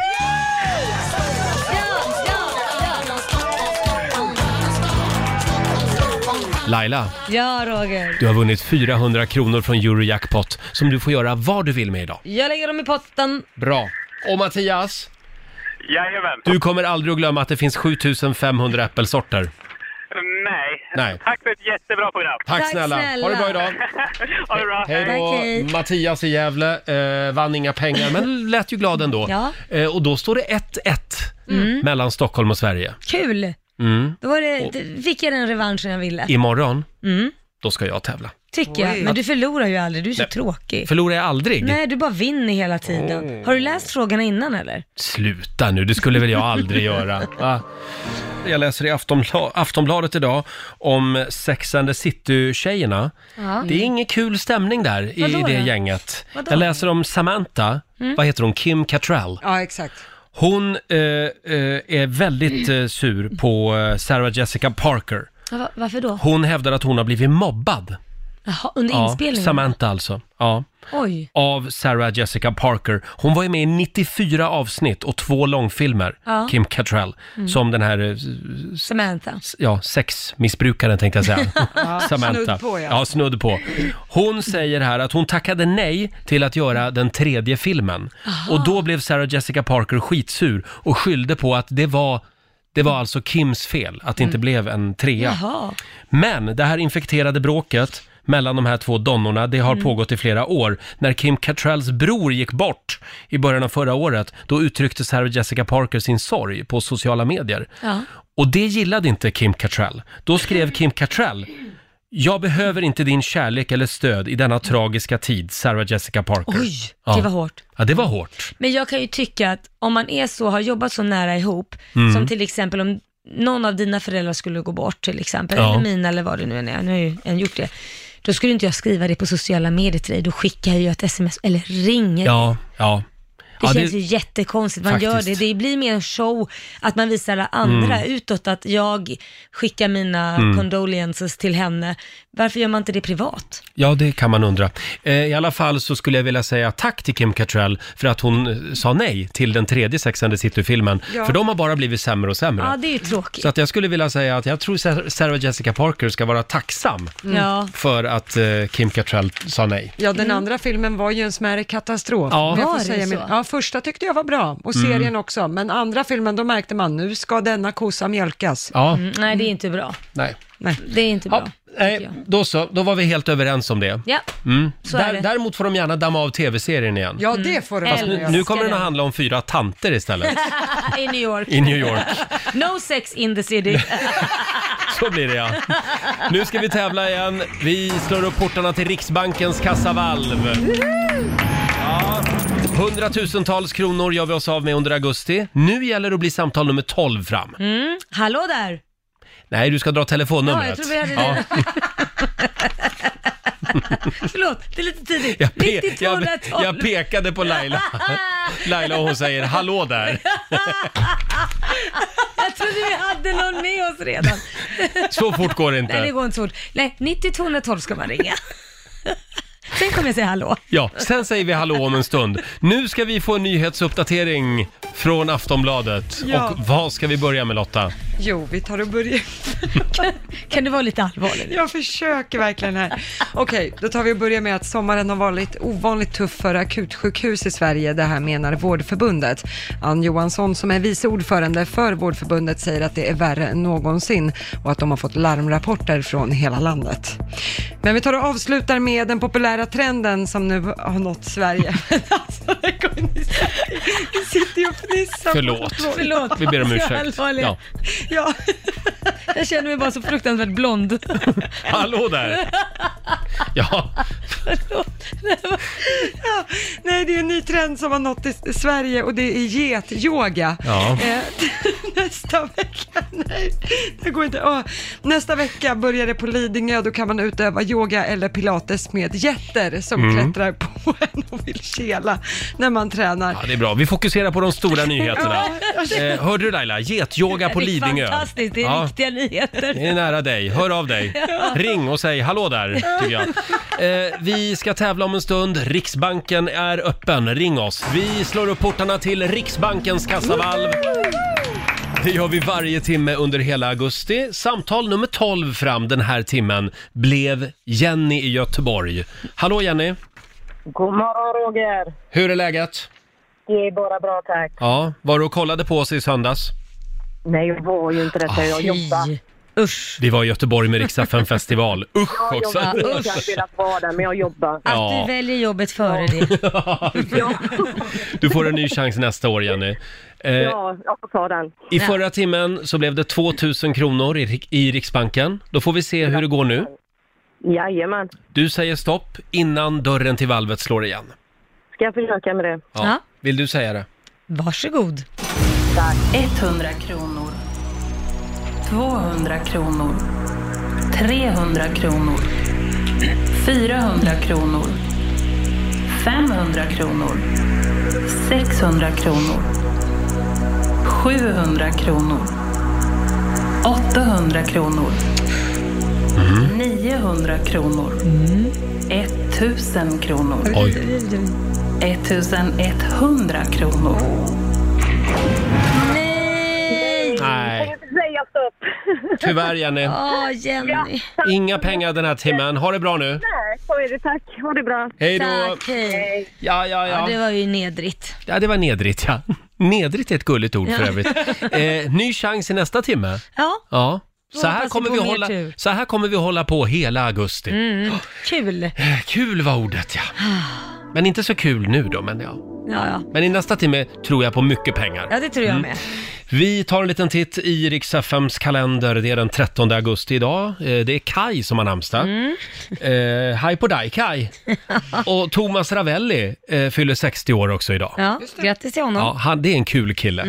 Speaker 1: Laila,
Speaker 2: Ja, Roger.
Speaker 1: du har vunnit 400 kronor från Eurojackpot som du får göra vad du vill med idag.
Speaker 2: Jag lägger dem i potten.
Speaker 1: Bra. Och Mattias,
Speaker 5: Jajamän.
Speaker 1: du kommer aldrig att glömma att det finns 7500 äppelsorter.
Speaker 5: Nej.
Speaker 1: Nej.
Speaker 5: Tack för ett jättebra program.
Speaker 1: Tack,
Speaker 2: Tack
Speaker 1: snälla. Ha det
Speaker 2: snälla.
Speaker 1: bra idag.
Speaker 5: Ha det bra.
Speaker 1: Hej då!
Speaker 2: Tack, hej.
Speaker 1: Mattias i Gävle eh, vann inga pengar, men lät ju glad ändå.
Speaker 2: Ja. Mm.
Speaker 1: Eh, och då står det 1-1 mellan Stockholm och Sverige.
Speaker 2: Kul!
Speaker 1: Mm.
Speaker 2: Då var det, det- fick jag den revanschen jag ville.
Speaker 1: Imorgon,
Speaker 2: Mm,
Speaker 1: då ska jag tävla.
Speaker 2: tycker jag. Men du förlorar ju aldrig, du är så tråkig.
Speaker 1: Förlorar jag aldrig?
Speaker 2: Nej, du bara vinner hela
Speaker 1: Oh.
Speaker 2: tiden. Har du läst frågorna innan eller?
Speaker 1: Sluta nu, det skulle väl jag aldrig göra. Va? Jag läser i Aftonbla- Aftonbladet idag om Sex and the City-tjejerna.
Speaker 2: Ja.
Speaker 1: Det är ingen kul stämning där i
Speaker 2: Vadå
Speaker 1: det
Speaker 2: då?
Speaker 1: gänget.
Speaker 2: Vadå? Mm.
Speaker 1: Jag läser om Samantha, vad heter hon, Kim Cattrall.
Speaker 3: Ja, exakt.
Speaker 1: Hon eh, eh, är väldigt eh, sur på eh, Sarah Jessica Parker.
Speaker 2: Va, varför då?
Speaker 1: Hon hävdar att hon har blivit mobbad.
Speaker 2: Jaha, under
Speaker 1: Ja,
Speaker 2: inspelningen?
Speaker 1: Samantha alltså. Ja.
Speaker 2: Oj.
Speaker 1: Av Sarah Jessica Parker. Hon var ju med i 94 avsnitt och två långfilmer,
Speaker 2: Ja.
Speaker 1: Kim Cattrall,
Speaker 3: Mm.
Speaker 1: som den här eh,
Speaker 2: Samantha.
Speaker 1: s- ja, sexmissbrukaren tänkte jag säga. Samantha.
Speaker 3: snudd på, *laughs* ja.
Speaker 1: ja, snudd på. Hon säger här att hon tackade nej till att göra den tredje filmen. Och då blev Sarah Jessica Parker skitsur och skyllde på att det var, det var alltså Kims fel att det
Speaker 3: Mm.
Speaker 1: inte blev en trea.
Speaker 2: Jaha.
Speaker 1: Men det här infekterade bråket mellan de här två donnorna, det
Speaker 2: Mm.
Speaker 1: har pågått i flera år. När Kim Cattralls bror gick bort i början av förra året, då uttryckte Sarah Jessica Parker sin sorg på sociala medier.
Speaker 2: Ja.
Speaker 1: Och det gillade inte Kim Cattrall. Då skrev Kim Cattrall jag behöver inte din kärlek eller stöd i denna tragiska tid, Sarah Jessica Parker.
Speaker 2: Oj,
Speaker 1: Ja.
Speaker 2: det var hårt.
Speaker 1: Ja, det var hårt.
Speaker 2: Men jag kan ju tycka att om man är så, har jobbat så nära ihop,
Speaker 1: Mm.
Speaker 2: som till exempel om någon av dina föräldrar skulle gå bort till exempel,
Speaker 1: Ja.
Speaker 2: eller mina eller vad det nu än är, nu har ju en gjort det, då skulle inte jag skriva det på sociala medier till dig, då skickar jag ju ett sms eller ringer.
Speaker 1: Ja, ja.
Speaker 2: Det
Speaker 1: ja,
Speaker 2: känns ju jättekonstigt, man gör det.
Speaker 1: Faktiskt. Mm.
Speaker 2: Det blir mer en show, att man visar alla andra utåt att jag skickar mina condolences till henne. Varför gör man inte det privat?
Speaker 1: Ja, det kan man undra. Eh, I alla fall så skulle jag vilja säga tack till Kim Cattrall för att hon eh, sa nej till den tredje Sex and the City-filmen. För de har bara blivit sämre och sämre.
Speaker 2: Ja, det är ju tråkigt.
Speaker 1: Så att jag skulle vilja säga att jag tror Sar- Sarah Jessica Parker ska vara tacksam
Speaker 2: Ja.
Speaker 1: för att eh, Kim Cattrall sa nej.
Speaker 3: Ja, den andra filmen var ju en smärre katastrof.
Speaker 1: Ja. Mm.
Speaker 3: Men jag får
Speaker 2: Var det så?
Speaker 3: säga ja, första tyckte jag var bra och serien också, men andra filmen då märkte man nu ska denna kossa mjölkas.
Speaker 1: Ja,
Speaker 2: Mm, Nej, det är inte bra.
Speaker 1: nej.
Speaker 2: Det är inte bra.
Speaker 1: Ja, nej, då så, då var vi helt överens om det.
Speaker 2: Ja,
Speaker 1: Mm.
Speaker 2: så är
Speaker 1: Där,
Speaker 2: det.
Speaker 1: däremot får de gärna damma av tv-serien igen.
Speaker 3: Ja, det får det
Speaker 2: Fast
Speaker 3: verkligen
Speaker 2: jag
Speaker 1: Mm. Nu
Speaker 3: göra.
Speaker 1: kommer den
Speaker 2: älskar
Speaker 1: att
Speaker 2: det.
Speaker 1: handla om fyra tanter istället
Speaker 2: i New York.
Speaker 1: i New
Speaker 2: *laughs*
Speaker 1: York.
Speaker 2: No sex in the city.
Speaker 1: Så blir det ja. Nu ska vi tävla igen. Vi slår upp portarna till Riksbankens kassavalv. Ja, hundratusentals kronor gör vi oss av med under augusti. Nu gäller det att bli samtal nummer 12 fram.
Speaker 2: Hallå där!
Speaker 1: Nej, du ska dra telefonnumret.
Speaker 2: Mm. Ja, jag tror vi hade det. Förlåt, det är lite tidigt.
Speaker 1: Jag, pe-
Speaker 2: 90
Speaker 1: jag,
Speaker 2: 212.
Speaker 1: jag pekade på
Speaker 2: *laughs*
Speaker 1: Laila. Laila och hon säger hallå där.
Speaker 2: Jag trodde vi hade någon med oss redan.
Speaker 1: Så fort går det
Speaker 2: Nej, det
Speaker 1: inte.
Speaker 2: går inte så fort. Nej, 90 212 ska man ringa. Sen kommer jag
Speaker 1: *laughs*
Speaker 2: säga hallå.
Speaker 1: Ja, sen säger vi hallå om en stund. Nu ska vi få en nyhetsuppdatering från Aftonbladet.
Speaker 3: Ja.
Speaker 1: Och vad ska vi börja med Lotta?
Speaker 3: Jo, vi tar och börjar.
Speaker 2: Kan du vara lite allvarlig?
Speaker 3: Jag försöker verkligen här. Okej, då tar vi och börjar med att sommaren har varit ovanligt tuff för akutsjukhus i Sverige. Det här menar Vårdförbundet. Ann Johansson som är vice ordförande för Vårdförbundet säger att det är värre än någonsin och att de har fått larmrapporter från hela landet. Men vi tar och avslutar med den populära trenden som nu har nått Sverige. alltså, det går ni- ni sitter ju och fnissar. på
Speaker 1: Förlåt.
Speaker 3: frågan.
Speaker 2: Förlåt.
Speaker 1: Vi ber om
Speaker 2: Jag är
Speaker 1: ursäkt.
Speaker 2: allvarlig.
Speaker 1: Ja.
Speaker 3: Ja.
Speaker 2: Jag känner mig bara så fruktansvärt blond.
Speaker 1: Hallå där! Ja,
Speaker 3: Ja, nej, det är en ny trend som har nått i Sverige och det är getyoga.
Speaker 1: Ja.
Speaker 3: Eh, *laughs* Nästa vecka, nej, det går inte. Åh, nästa vecka börjar det på Lidingö, då kan man utöva yoga eller pilates med getter som klättrar på *laughs* en och vill kela när man tränar.
Speaker 1: ja, det är bra. Vi fokuserar på de stora nyheterna. Eh, hörde du Laila? Getyoga på
Speaker 2: Det är
Speaker 1: Lidingö.
Speaker 2: fantastiskt, det är
Speaker 1: Ja.
Speaker 2: riktiga nyheter.
Speaker 1: Det är nära dig. Hör av dig. Ring och säg hallå där, tycker jag. Eh, vi ska tävla om en stund. Riksbanken är öppen. Ring oss. Vi slår upp portarna till Riksbankens kassavalv. Det gör vi varje timme under hela augusti. Samtal nummer 12 fram den här timmen blev Jenny i Göteborg. Hallå Jenny!
Speaker 9: God morgon Roger!
Speaker 1: Hur är läget?
Speaker 9: Det är bara bra tack.
Speaker 1: Ja, var du och kollade på oss i söndags?
Speaker 9: Nej, jag var ju inte detta. Jag jobbade.
Speaker 2: Usch.
Speaker 1: Vi var i Göteborg med Rix FM festival. Usch Eh.
Speaker 9: Jag
Speaker 1: också!
Speaker 9: jobbade. Jag hade velat vara där, men jag jobbade.
Speaker 2: Att
Speaker 1: Ja.
Speaker 2: du väljer jobbet före det.
Speaker 1: Du får en ny chans nästa år Jenny. Eh,
Speaker 9: Ja, jag får ta den.
Speaker 1: I förra timmen så blev det 2000 kronor i, Rik- i Riksbanken. Då får vi se hur det går nu.
Speaker 9: Jajamän.
Speaker 1: Du säger stopp innan dörren till valvet slår igen.
Speaker 9: Ska jag försöka med det?
Speaker 1: Ja.
Speaker 2: Ja.
Speaker 1: Vill du säga det?
Speaker 2: Varsågod.
Speaker 6: 100 kronor. 200 kronor. 300 kronor. 400 kronor. 500 kronor. 600 kronor. 700 kronor. 800 kronor. 900 kronor. 1000 kronor.
Speaker 1: Oj.
Speaker 6: 1100 kronor.
Speaker 1: Nej,
Speaker 9: Säga stopp!
Speaker 1: tyvärr Jenny.
Speaker 2: Åh, Jenny.
Speaker 1: Inga pengar den här timmen. Ha det bra nu.
Speaker 9: Nej, så är det. Tack. Ha det bra.
Speaker 1: Hej då!
Speaker 2: Tack, hej.
Speaker 1: Ja, ja,
Speaker 2: Ja, det
Speaker 1: ja.
Speaker 2: var ju nedrigt.
Speaker 1: Ja, det var nedrigt ja. Nedrigt är ett gulligt ord för
Speaker 2: Ja.
Speaker 1: övrigt. Eh, ny chans i nästa timme.
Speaker 2: Ja,
Speaker 1: Ja. Så
Speaker 2: Hoppas
Speaker 1: här,
Speaker 2: vi
Speaker 1: kommer
Speaker 2: får
Speaker 1: vi
Speaker 2: mer
Speaker 1: hålla,
Speaker 2: tur. Mm.
Speaker 1: så här kommer vi hålla på hela augusti.
Speaker 2: kul. Ja,
Speaker 1: Kul var ordet ja.
Speaker 2: Ah.
Speaker 1: Men inte så kul nu då, men ja.
Speaker 2: ja.
Speaker 1: Men i nästa timme tror jag på mycket pengar.
Speaker 2: ja det tror jag med.
Speaker 1: Vi tar en liten titt i Rix FMs kalender. Det är den 13 augusti idag. Eh, Det är Kai som har namnsdag.
Speaker 2: Mm.
Speaker 1: Eh, hej på dig
Speaker 2: *laughs*
Speaker 1: Kai. Och Thomas Ravelli eh, fyller 60 år också idag.
Speaker 2: Ja, Mm. grattis till honom.
Speaker 1: Ja, han, det är en kul kille.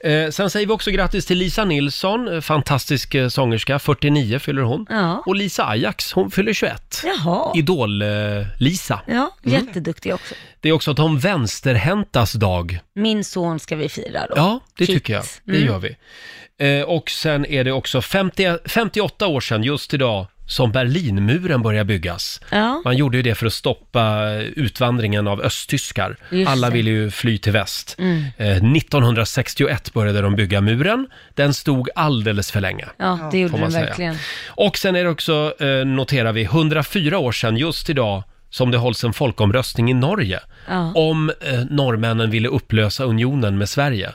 Speaker 1: Eh, sen säger vi också grattis till Lisa Nilsson, eh, fantastisk eh, sångerska. 49 fyller hon.
Speaker 2: Ja.
Speaker 1: Och Lisa Ajax, hon fyller 21.
Speaker 2: Jaha.
Speaker 1: Idol-Lisa.
Speaker 2: Ja,
Speaker 1: Mm.
Speaker 2: jätteduktig också.
Speaker 1: Det är också de vänsterhäntas dag.
Speaker 2: Min son ska vi fira då. Mm.
Speaker 1: Ja, det
Speaker 2: Kids.
Speaker 1: tycker jag. Det gör vi. Eh, och sen är det också 50, 58 år sedan, just idag, som Berlinmuren börjar byggas.
Speaker 2: Ja.
Speaker 1: Man gjorde ju det för att stoppa utvandringen av östtyskar.
Speaker 2: Just
Speaker 1: Alla
Speaker 2: det. Mm.
Speaker 1: ville ju fly till väst. Eh, 1961 började de bygga muren. Den stod alldeles för länge.
Speaker 2: Ja, det
Speaker 1: får
Speaker 2: gjorde
Speaker 1: man
Speaker 2: den
Speaker 1: säga.
Speaker 2: verkligen.
Speaker 1: Och sen är det också, eh, noterar vi, 104 år sedan just idag som det hålls en folkomröstning i Norge
Speaker 2: Ja.
Speaker 1: om eh, norrmännen ville upplösa unionen med Sverige.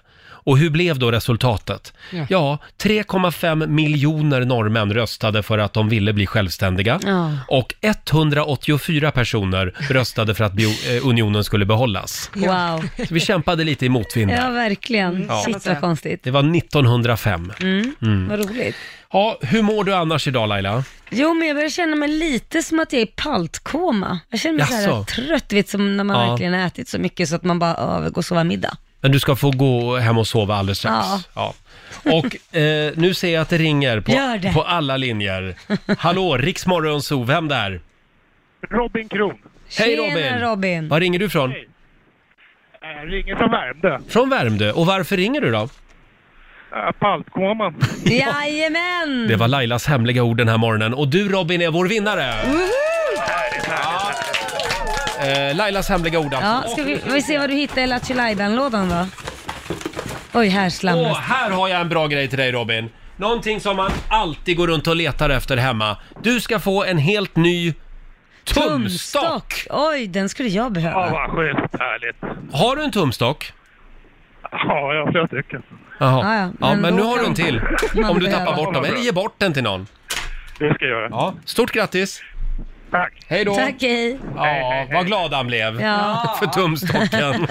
Speaker 1: Och hur blev då resultatet? Ja, 3,5 miljoner norrmän röstade för att de ville bli självständiga
Speaker 2: Ja.
Speaker 1: och 184 personer röstade för att bio- eh, unionen skulle behållas.
Speaker 2: Wow.
Speaker 1: Så vi kämpade lite i motvind. där.
Speaker 2: Ja, verkligen.
Speaker 1: Ja.
Speaker 2: Shit vad konstigt.
Speaker 1: Det var 1905.
Speaker 2: Mm. Vad roligt.
Speaker 1: Ja, hur mår du annars idag Laila?
Speaker 2: Jo, men jag börjar känna mig lite som att jag är i paltkoma. Jag känner mig så här
Speaker 1: Jaså?
Speaker 2: trött, vet, som när man
Speaker 1: Ja.
Speaker 2: verkligen har ätit så mycket så att man bara, "Åh, jag vill gå och sova middag.
Speaker 1: Men du ska få gå hem och sova alldeles strax.
Speaker 2: Ja.
Speaker 1: Och eh, nu ser jag att det ringer på,
Speaker 2: Gör det.
Speaker 1: på alla linjer. Hallå, Riksmorgonzoo, vem där?
Speaker 5: Robin Kron.
Speaker 1: Hej
Speaker 2: Tjena,
Speaker 1: Robin!
Speaker 2: Robin.
Speaker 1: Var ringer du från?
Speaker 5: Jag ringer från Värmdö.
Speaker 1: Från Värmdö. Och varför ringer du
Speaker 2: Mm.
Speaker 1: då?
Speaker 5: Äh, Paltkoman.
Speaker 2: Jajamän!
Speaker 1: Det var Lailas hemliga ord den här morgonen. Och du Robin är vår vinnare! Ja. Eh, Lailas hemliga ord alltså.
Speaker 2: Ja, ska vi, vi se vad du hittar i Lattjo lådan då? Oj, här
Speaker 1: Åh,
Speaker 2: slamras
Speaker 1: här har jag en bra grej till dig Robin. Någonting som man alltid går runt och letar efter hemma. Du ska få en helt ny tumstock!
Speaker 2: Oj, den skulle jag
Speaker 5: Ja,
Speaker 2: behöva.
Speaker 5: vad skönt. Härligt.
Speaker 1: Har du en tumstock?
Speaker 5: Ja, jag har flera stycken.
Speaker 1: Jaha.
Speaker 2: Ja,
Speaker 1: Ja,
Speaker 2: ja,
Speaker 1: men,
Speaker 2: men då
Speaker 1: nu har du
Speaker 2: kan
Speaker 1: en till.
Speaker 2: man
Speaker 1: Om du
Speaker 2: behöva.
Speaker 1: tappar bort dem. Eller ge bort den till någon.
Speaker 5: Det ska jag göra.
Speaker 1: Ja. Stort grattis!
Speaker 5: Tack.
Speaker 1: Hej då!
Speaker 2: Tack, hej.
Speaker 1: Ja, vad glad han blev
Speaker 2: Ja.
Speaker 1: *laughs* för
Speaker 2: *laughs*
Speaker 1: tumstocken. ja, men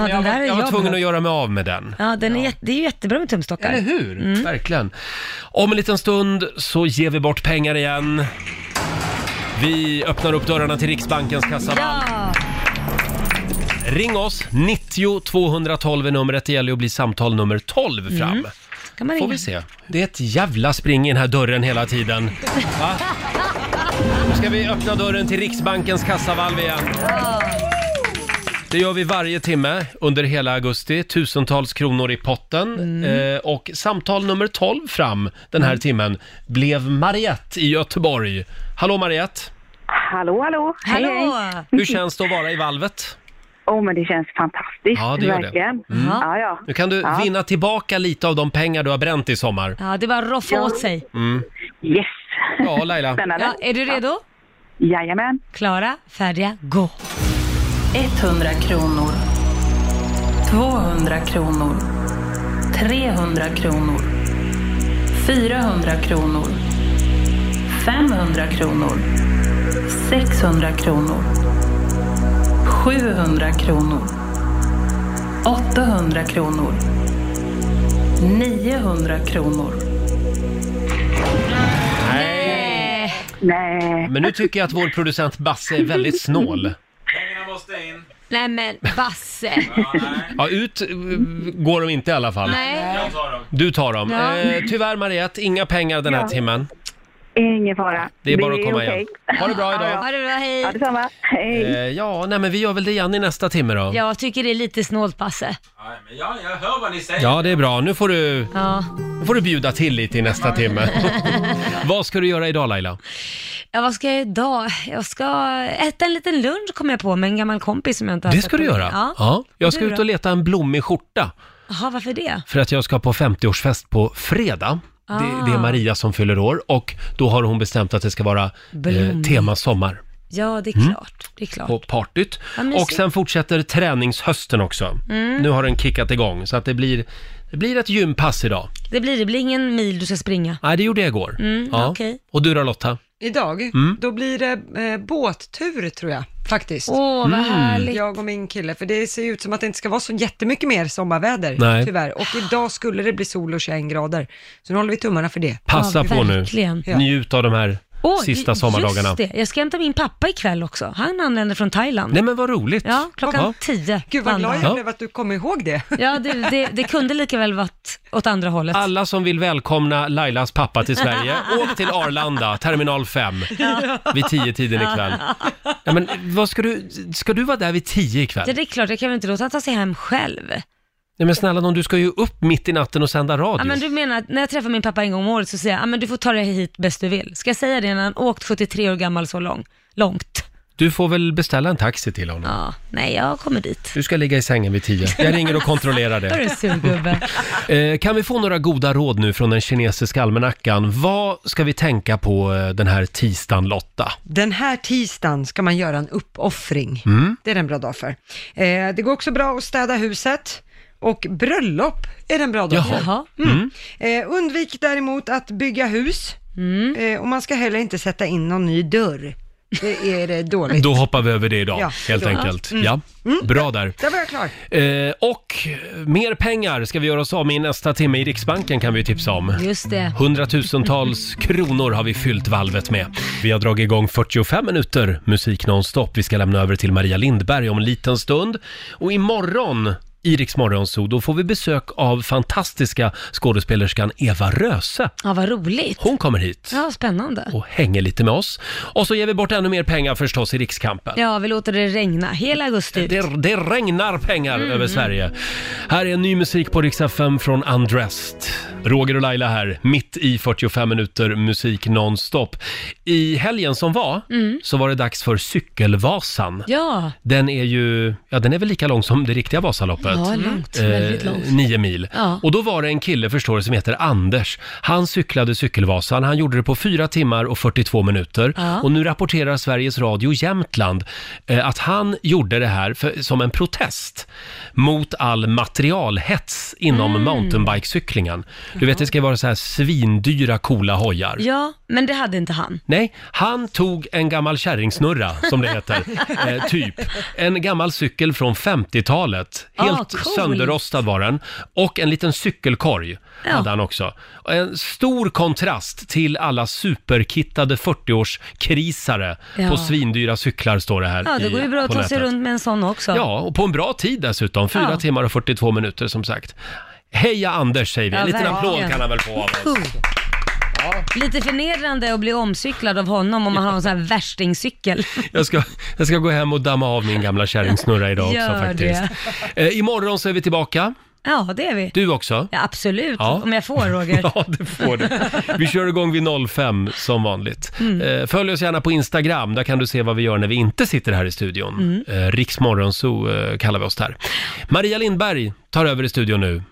Speaker 2: den
Speaker 1: jag
Speaker 2: där
Speaker 1: var,
Speaker 2: är
Speaker 1: jag var
Speaker 2: jag
Speaker 1: tvungen
Speaker 2: bra.
Speaker 1: att göra mig av med den.
Speaker 2: Ja, den är, jätte- det är ju jättebra med tumstockar.
Speaker 1: Eller hur?
Speaker 2: Mm.
Speaker 1: Verkligen. Om en liten stund så ger vi bort pengar igen. Vi öppnar upp dörrarna till Riksbankens kassavalv.
Speaker 2: Ja,
Speaker 1: Ring oss! 90 212 är numret. Det gäller ju att bli samtal nummer 12 fram.
Speaker 2: kan man
Speaker 1: Får
Speaker 2: ringa.
Speaker 1: vi se. Det är ett jävla spring i den här dörren hela tiden. Va? Nu ska vi öppna dörren till Riksbankens kassavalv igen. Det gör vi varje timme under hela augusti. Tusentals kronor i potten. Eh, och samtal nummer 12 fram den här timmen blev Mariette i Göteborg. Hallå Mariette!
Speaker 9: Hallå, hallå!
Speaker 2: Hallå!
Speaker 1: Hur känns det att vara i valvet?
Speaker 9: Åh, men det känns fantastiskt,
Speaker 1: Ja, det gör det. Mm.
Speaker 9: verkligen. Ja, ja.
Speaker 1: Nu kan du
Speaker 9: Ja.
Speaker 1: vinna tillbaka lite av de pengar du har bränt i sommar.
Speaker 2: Ja, det är bara att roffa åt sig.
Speaker 9: Yes!
Speaker 1: Ja, Laila.
Speaker 9: Spännande.
Speaker 2: Ja, är du redo?
Speaker 9: Jajamän.
Speaker 2: Klara, färdiga, gå!
Speaker 6: 100 kronor. 200 kronor. 300 kronor. 400 kronor. 500 kronor. 600 kronor. 700 kronor. 800 kronor. 900 kronor.
Speaker 9: Nej.
Speaker 1: Men nu tycker jag att vår producent Basse är väldigt snål.
Speaker 8: Pengarna måste in.
Speaker 2: Nej men *laughs* Basse!
Speaker 1: Ja, ut eh, går de inte i alla fall.
Speaker 2: Nej.
Speaker 8: Jag tar dem.
Speaker 1: Du tar dem.
Speaker 2: Ja.
Speaker 1: Eh, tyvärr Mariette, inga pengar den här timmen.
Speaker 9: Ingen fara.
Speaker 1: Det är bara att komma
Speaker 9: okej.
Speaker 1: igen. Ha det bra idag.
Speaker 2: Ha det bra,
Speaker 9: Ja,
Speaker 2: hej!
Speaker 9: detsamma. Hej.
Speaker 1: Eh, ja, nej men vi gör väl det igen i nästa timme då.
Speaker 2: Jag tycker det är lite snålt Basse.
Speaker 8: Nej, men ja, jag hör vad ni säger.
Speaker 1: Ja, det är bra. Nu får du,
Speaker 2: Ja.
Speaker 1: nu får du bjuda till lite i nästa timme. Vad ska du göra idag Laila?
Speaker 2: ja, vad ska jag idag? Jag ska äta en liten lunch kom jag på med en gammal kompis som jag inte har
Speaker 1: Det
Speaker 2: sett
Speaker 1: ska du
Speaker 2: på länge.
Speaker 1: göra.
Speaker 2: Ja.
Speaker 1: Ja, jag ska
Speaker 2: Du
Speaker 1: ut
Speaker 2: då?
Speaker 1: och leta en blommig skjorta
Speaker 2: Jaha, varför det?
Speaker 1: för att jag ska på 50-årsfest på fredag. Det, det är
Speaker 2: Ah.
Speaker 1: Maria som fyller år och då har hon bestämt att det ska vara eh,
Speaker 2: Blommig.
Speaker 1: tema sommar.
Speaker 2: Ja, det är
Speaker 1: Mm.
Speaker 2: klart. Det är
Speaker 1: på
Speaker 2: klart.
Speaker 1: partyt.
Speaker 2: Vad mysigt.
Speaker 1: och sen fortsätter träningshösten också.
Speaker 2: Mm.
Speaker 1: Nu har den kickat igång så att det blir, det blir ett gympass idag.
Speaker 2: Det blir, det blir ingen mil du ska springa.
Speaker 1: Nej, det gjorde jag igår.
Speaker 2: Mm, okej.
Speaker 1: Och du då Lotta?
Speaker 3: Idag, då blir det eh, båttur tror jag, faktiskt.
Speaker 2: Åh,
Speaker 1: Mm.
Speaker 2: vad härligt.
Speaker 3: Jag och min kille, för det ser ju ut som att det inte ska vara så jättemycket mer sommarväder,
Speaker 1: Nej.
Speaker 3: tyvärr. Och idag skulle det bli sol och 21 grader, så nu håller vi tummarna för det.
Speaker 1: Passa
Speaker 2: Ja,
Speaker 1: på nu.
Speaker 2: verkligen.
Speaker 3: Ja.
Speaker 1: Njut av de här
Speaker 2: Åh,
Speaker 1: sista
Speaker 2: ju-
Speaker 1: sommardagarna.
Speaker 2: Just det. Jag ska hämta min pappa ikväll också. Han anländer från Thailand.
Speaker 1: Nej men vad roligt.
Speaker 2: Ja, klockan
Speaker 1: Ja.
Speaker 2: tio.
Speaker 3: Gud vad glad
Speaker 1: Ja.
Speaker 3: jag blev att du kom ihåg det.
Speaker 2: Ja, det, det, det kunde lika väl varit åt andra hållet.
Speaker 1: Alla som vill välkomna Lailas pappa till Sverige, åk till Arlanda, terminal 5, vid 10-tiden ikväll. Ja, men vad ska du, ska du vara där vid 10
Speaker 2: Ja,
Speaker 1: ikväll?
Speaker 2: det är klart, jag kan väl inte låta han ta sig hem själv?
Speaker 1: Nej men snälla nån, du ska ju upp mitt i natten och sända radio.
Speaker 2: Ja, men du menar att när jag träffar min pappa en gång om året så säger jag, ja, men du får ta dig hit bäst du vill. Ska jag säga det när han åkt 73 år gammal så lång, långt?
Speaker 1: Du får väl beställa en taxi till honom.
Speaker 2: Ja, nej, jag kommer dit.
Speaker 1: Du ska ligga i sängen vid tio. Jag ringer och kontrollerar
Speaker 2: *laughs* Hörru
Speaker 1: det.
Speaker 2: sur gubbe.
Speaker 1: Eh, kan vi få några goda råd nu från den kinesiska almanackan? Vad ska vi tänka på eh, den här tisdagen, Lotta?
Speaker 3: *laughs* Den här tisdagen ska man göra en uppoffring.
Speaker 1: Mm.
Speaker 3: Det är den bra dag för. Eh, det går också bra att städa huset. Och bröllop är en bra dag
Speaker 1: Jaha.
Speaker 3: för.
Speaker 2: Jaha.
Speaker 1: Mm.
Speaker 3: Eh, undvik däremot att bygga hus.
Speaker 1: Mm.
Speaker 3: Eh, och man ska heller inte sätta in någon ny dörr. Det är eh, dåligt.
Speaker 1: Då hoppar vi över det idag,
Speaker 3: Ja,
Speaker 1: helt
Speaker 3: då.
Speaker 1: enkelt.
Speaker 2: Mm.
Speaker 1: Ja, bra där.
Speaker 3: Där var jag klar.
Speaker 1: Eh, och mer pengar ska vi göra oss av med i nästa timme i Riksbanken kan vi tipsa om.
Speaker 2: Just det.
Speaker 1: Hundratusentals kronor har vi fyllt valvet med. Vi har dragit igång 45 minuter musik nonstop. Vi ska lämna över till Maria Lindberg om en liten stund. Och imorgon i Rix Morgon Zoo, då får vi besök av fantastiska skådespelerskan Eva Röse.
Speaker 2: Ja, vad roligt.
Speaker 1: Hon kommer hit
Speaker 2: Ja, spännande.
Speaker 1: och hänger lite med oss. Och så ger vi bort ännu mer pengar förstås i Rikskampen.
Speaker 2: Ja, vi låter det regna hela augusti ut.
Speaker 1: Det, det regnar pengar
Speaker 2: Mm,
Speaker 1: över Sverige. Här är ny musik på Rix FM från Undressed. Roger och Laila här, mitt i 45 minuter musik nonstop. I helgen som var, så var det dags för Cykelvasan.
Speaker 2: Mm. Ja,
Speaker 1: Den är ju, ja den är väl lika lång som det riktiga Vasaloppet.
Speaker 2: ja långt. Väldigt
Speaker 1: Eh,
Speaker 2: långt.
Speaker 1: nio mil.
Speaker 2: Ja.
Speaker 1: Och då var det en kille, förstår du, som heter Anders. Han cyklade Cykelvasan. Han gjorde det på 4 timmar och 42 minuter.
Speaker 2: Ja.
Speaker 1: Och nu rapporterar Sveriges Radio Jämtland eh, att han gjorde det här för, som en protest mot all materialhets inom
Speaker 2: Mm.
Speaker 1: mountainbikecyklingen. Du vet, det ska ju vara så här svindyra coola hojar.
Speaker 2: Ja, men det hade inte han.
Speaker 1: Nej, han tog en gammal kärringsnurra, som det
Speaker 2: *laughs*
Speaker 1: heter, eh, typ. En gammal cykel från 50-talet. Helt
Speaker 2: Ah, coolt.
Speaker 1: sönderrostad var den. Och en liten cykelkorg
Speaker 2: Ja.
Speaker 1: hade han också. Och En stor kontrast till alla superkittade 40-årskrisare
Speaker 2: Ja.
Speaker 1: på svindyra cyklar, står det här.
Speaker 2: Ja, det
Speaker 1: i-
Speaker 2: går ju bra att
Speaker 1: på
Speaker 2: ta sig
Speaker 1: nätet.
Speaker 2: runt med en sån också.
Speaker 1: Ja, och på en bra tid dessutom. 4
Speaker 2: Ja.
Speaker 1: timmar och 42 minuter, som sagt. Heja Anders, säger vi. En
Speaker 2: Ja,
Speaker 1: liten applåd
Speaker 2: verkligen.
Speaker 1: kan han väl få av oss.
Speaker 2: Puh. Lite förnedrande att bli omcyklad av honom om man har en sån här värstingcykel.
Speaker 1: Jag ska, jag ska gå hem och damma av min gamla kärringsnurra idag också
Speaker 2: Gör
Speaker 1: faktiskt. Eh, imorgon så är vi tillbaka.
Speaker 2: Ja, det är vi.
Speaker 1: Du också?
Speaker 2: Ja, absolut,
Speaker 1: Ja.
Speaker 2: om jag får Roger.
Speaker 1: Ja, det får du. Vi kör igång vid 05 som vanligt. Eh, följ oss gärna på Instagram, där kan du se vad vi gör när vi inte sitter här i studion. Mm. Eh, Riksmorgon så eh, kallar vi oss där. Maria Lindberg tar över i studion nu.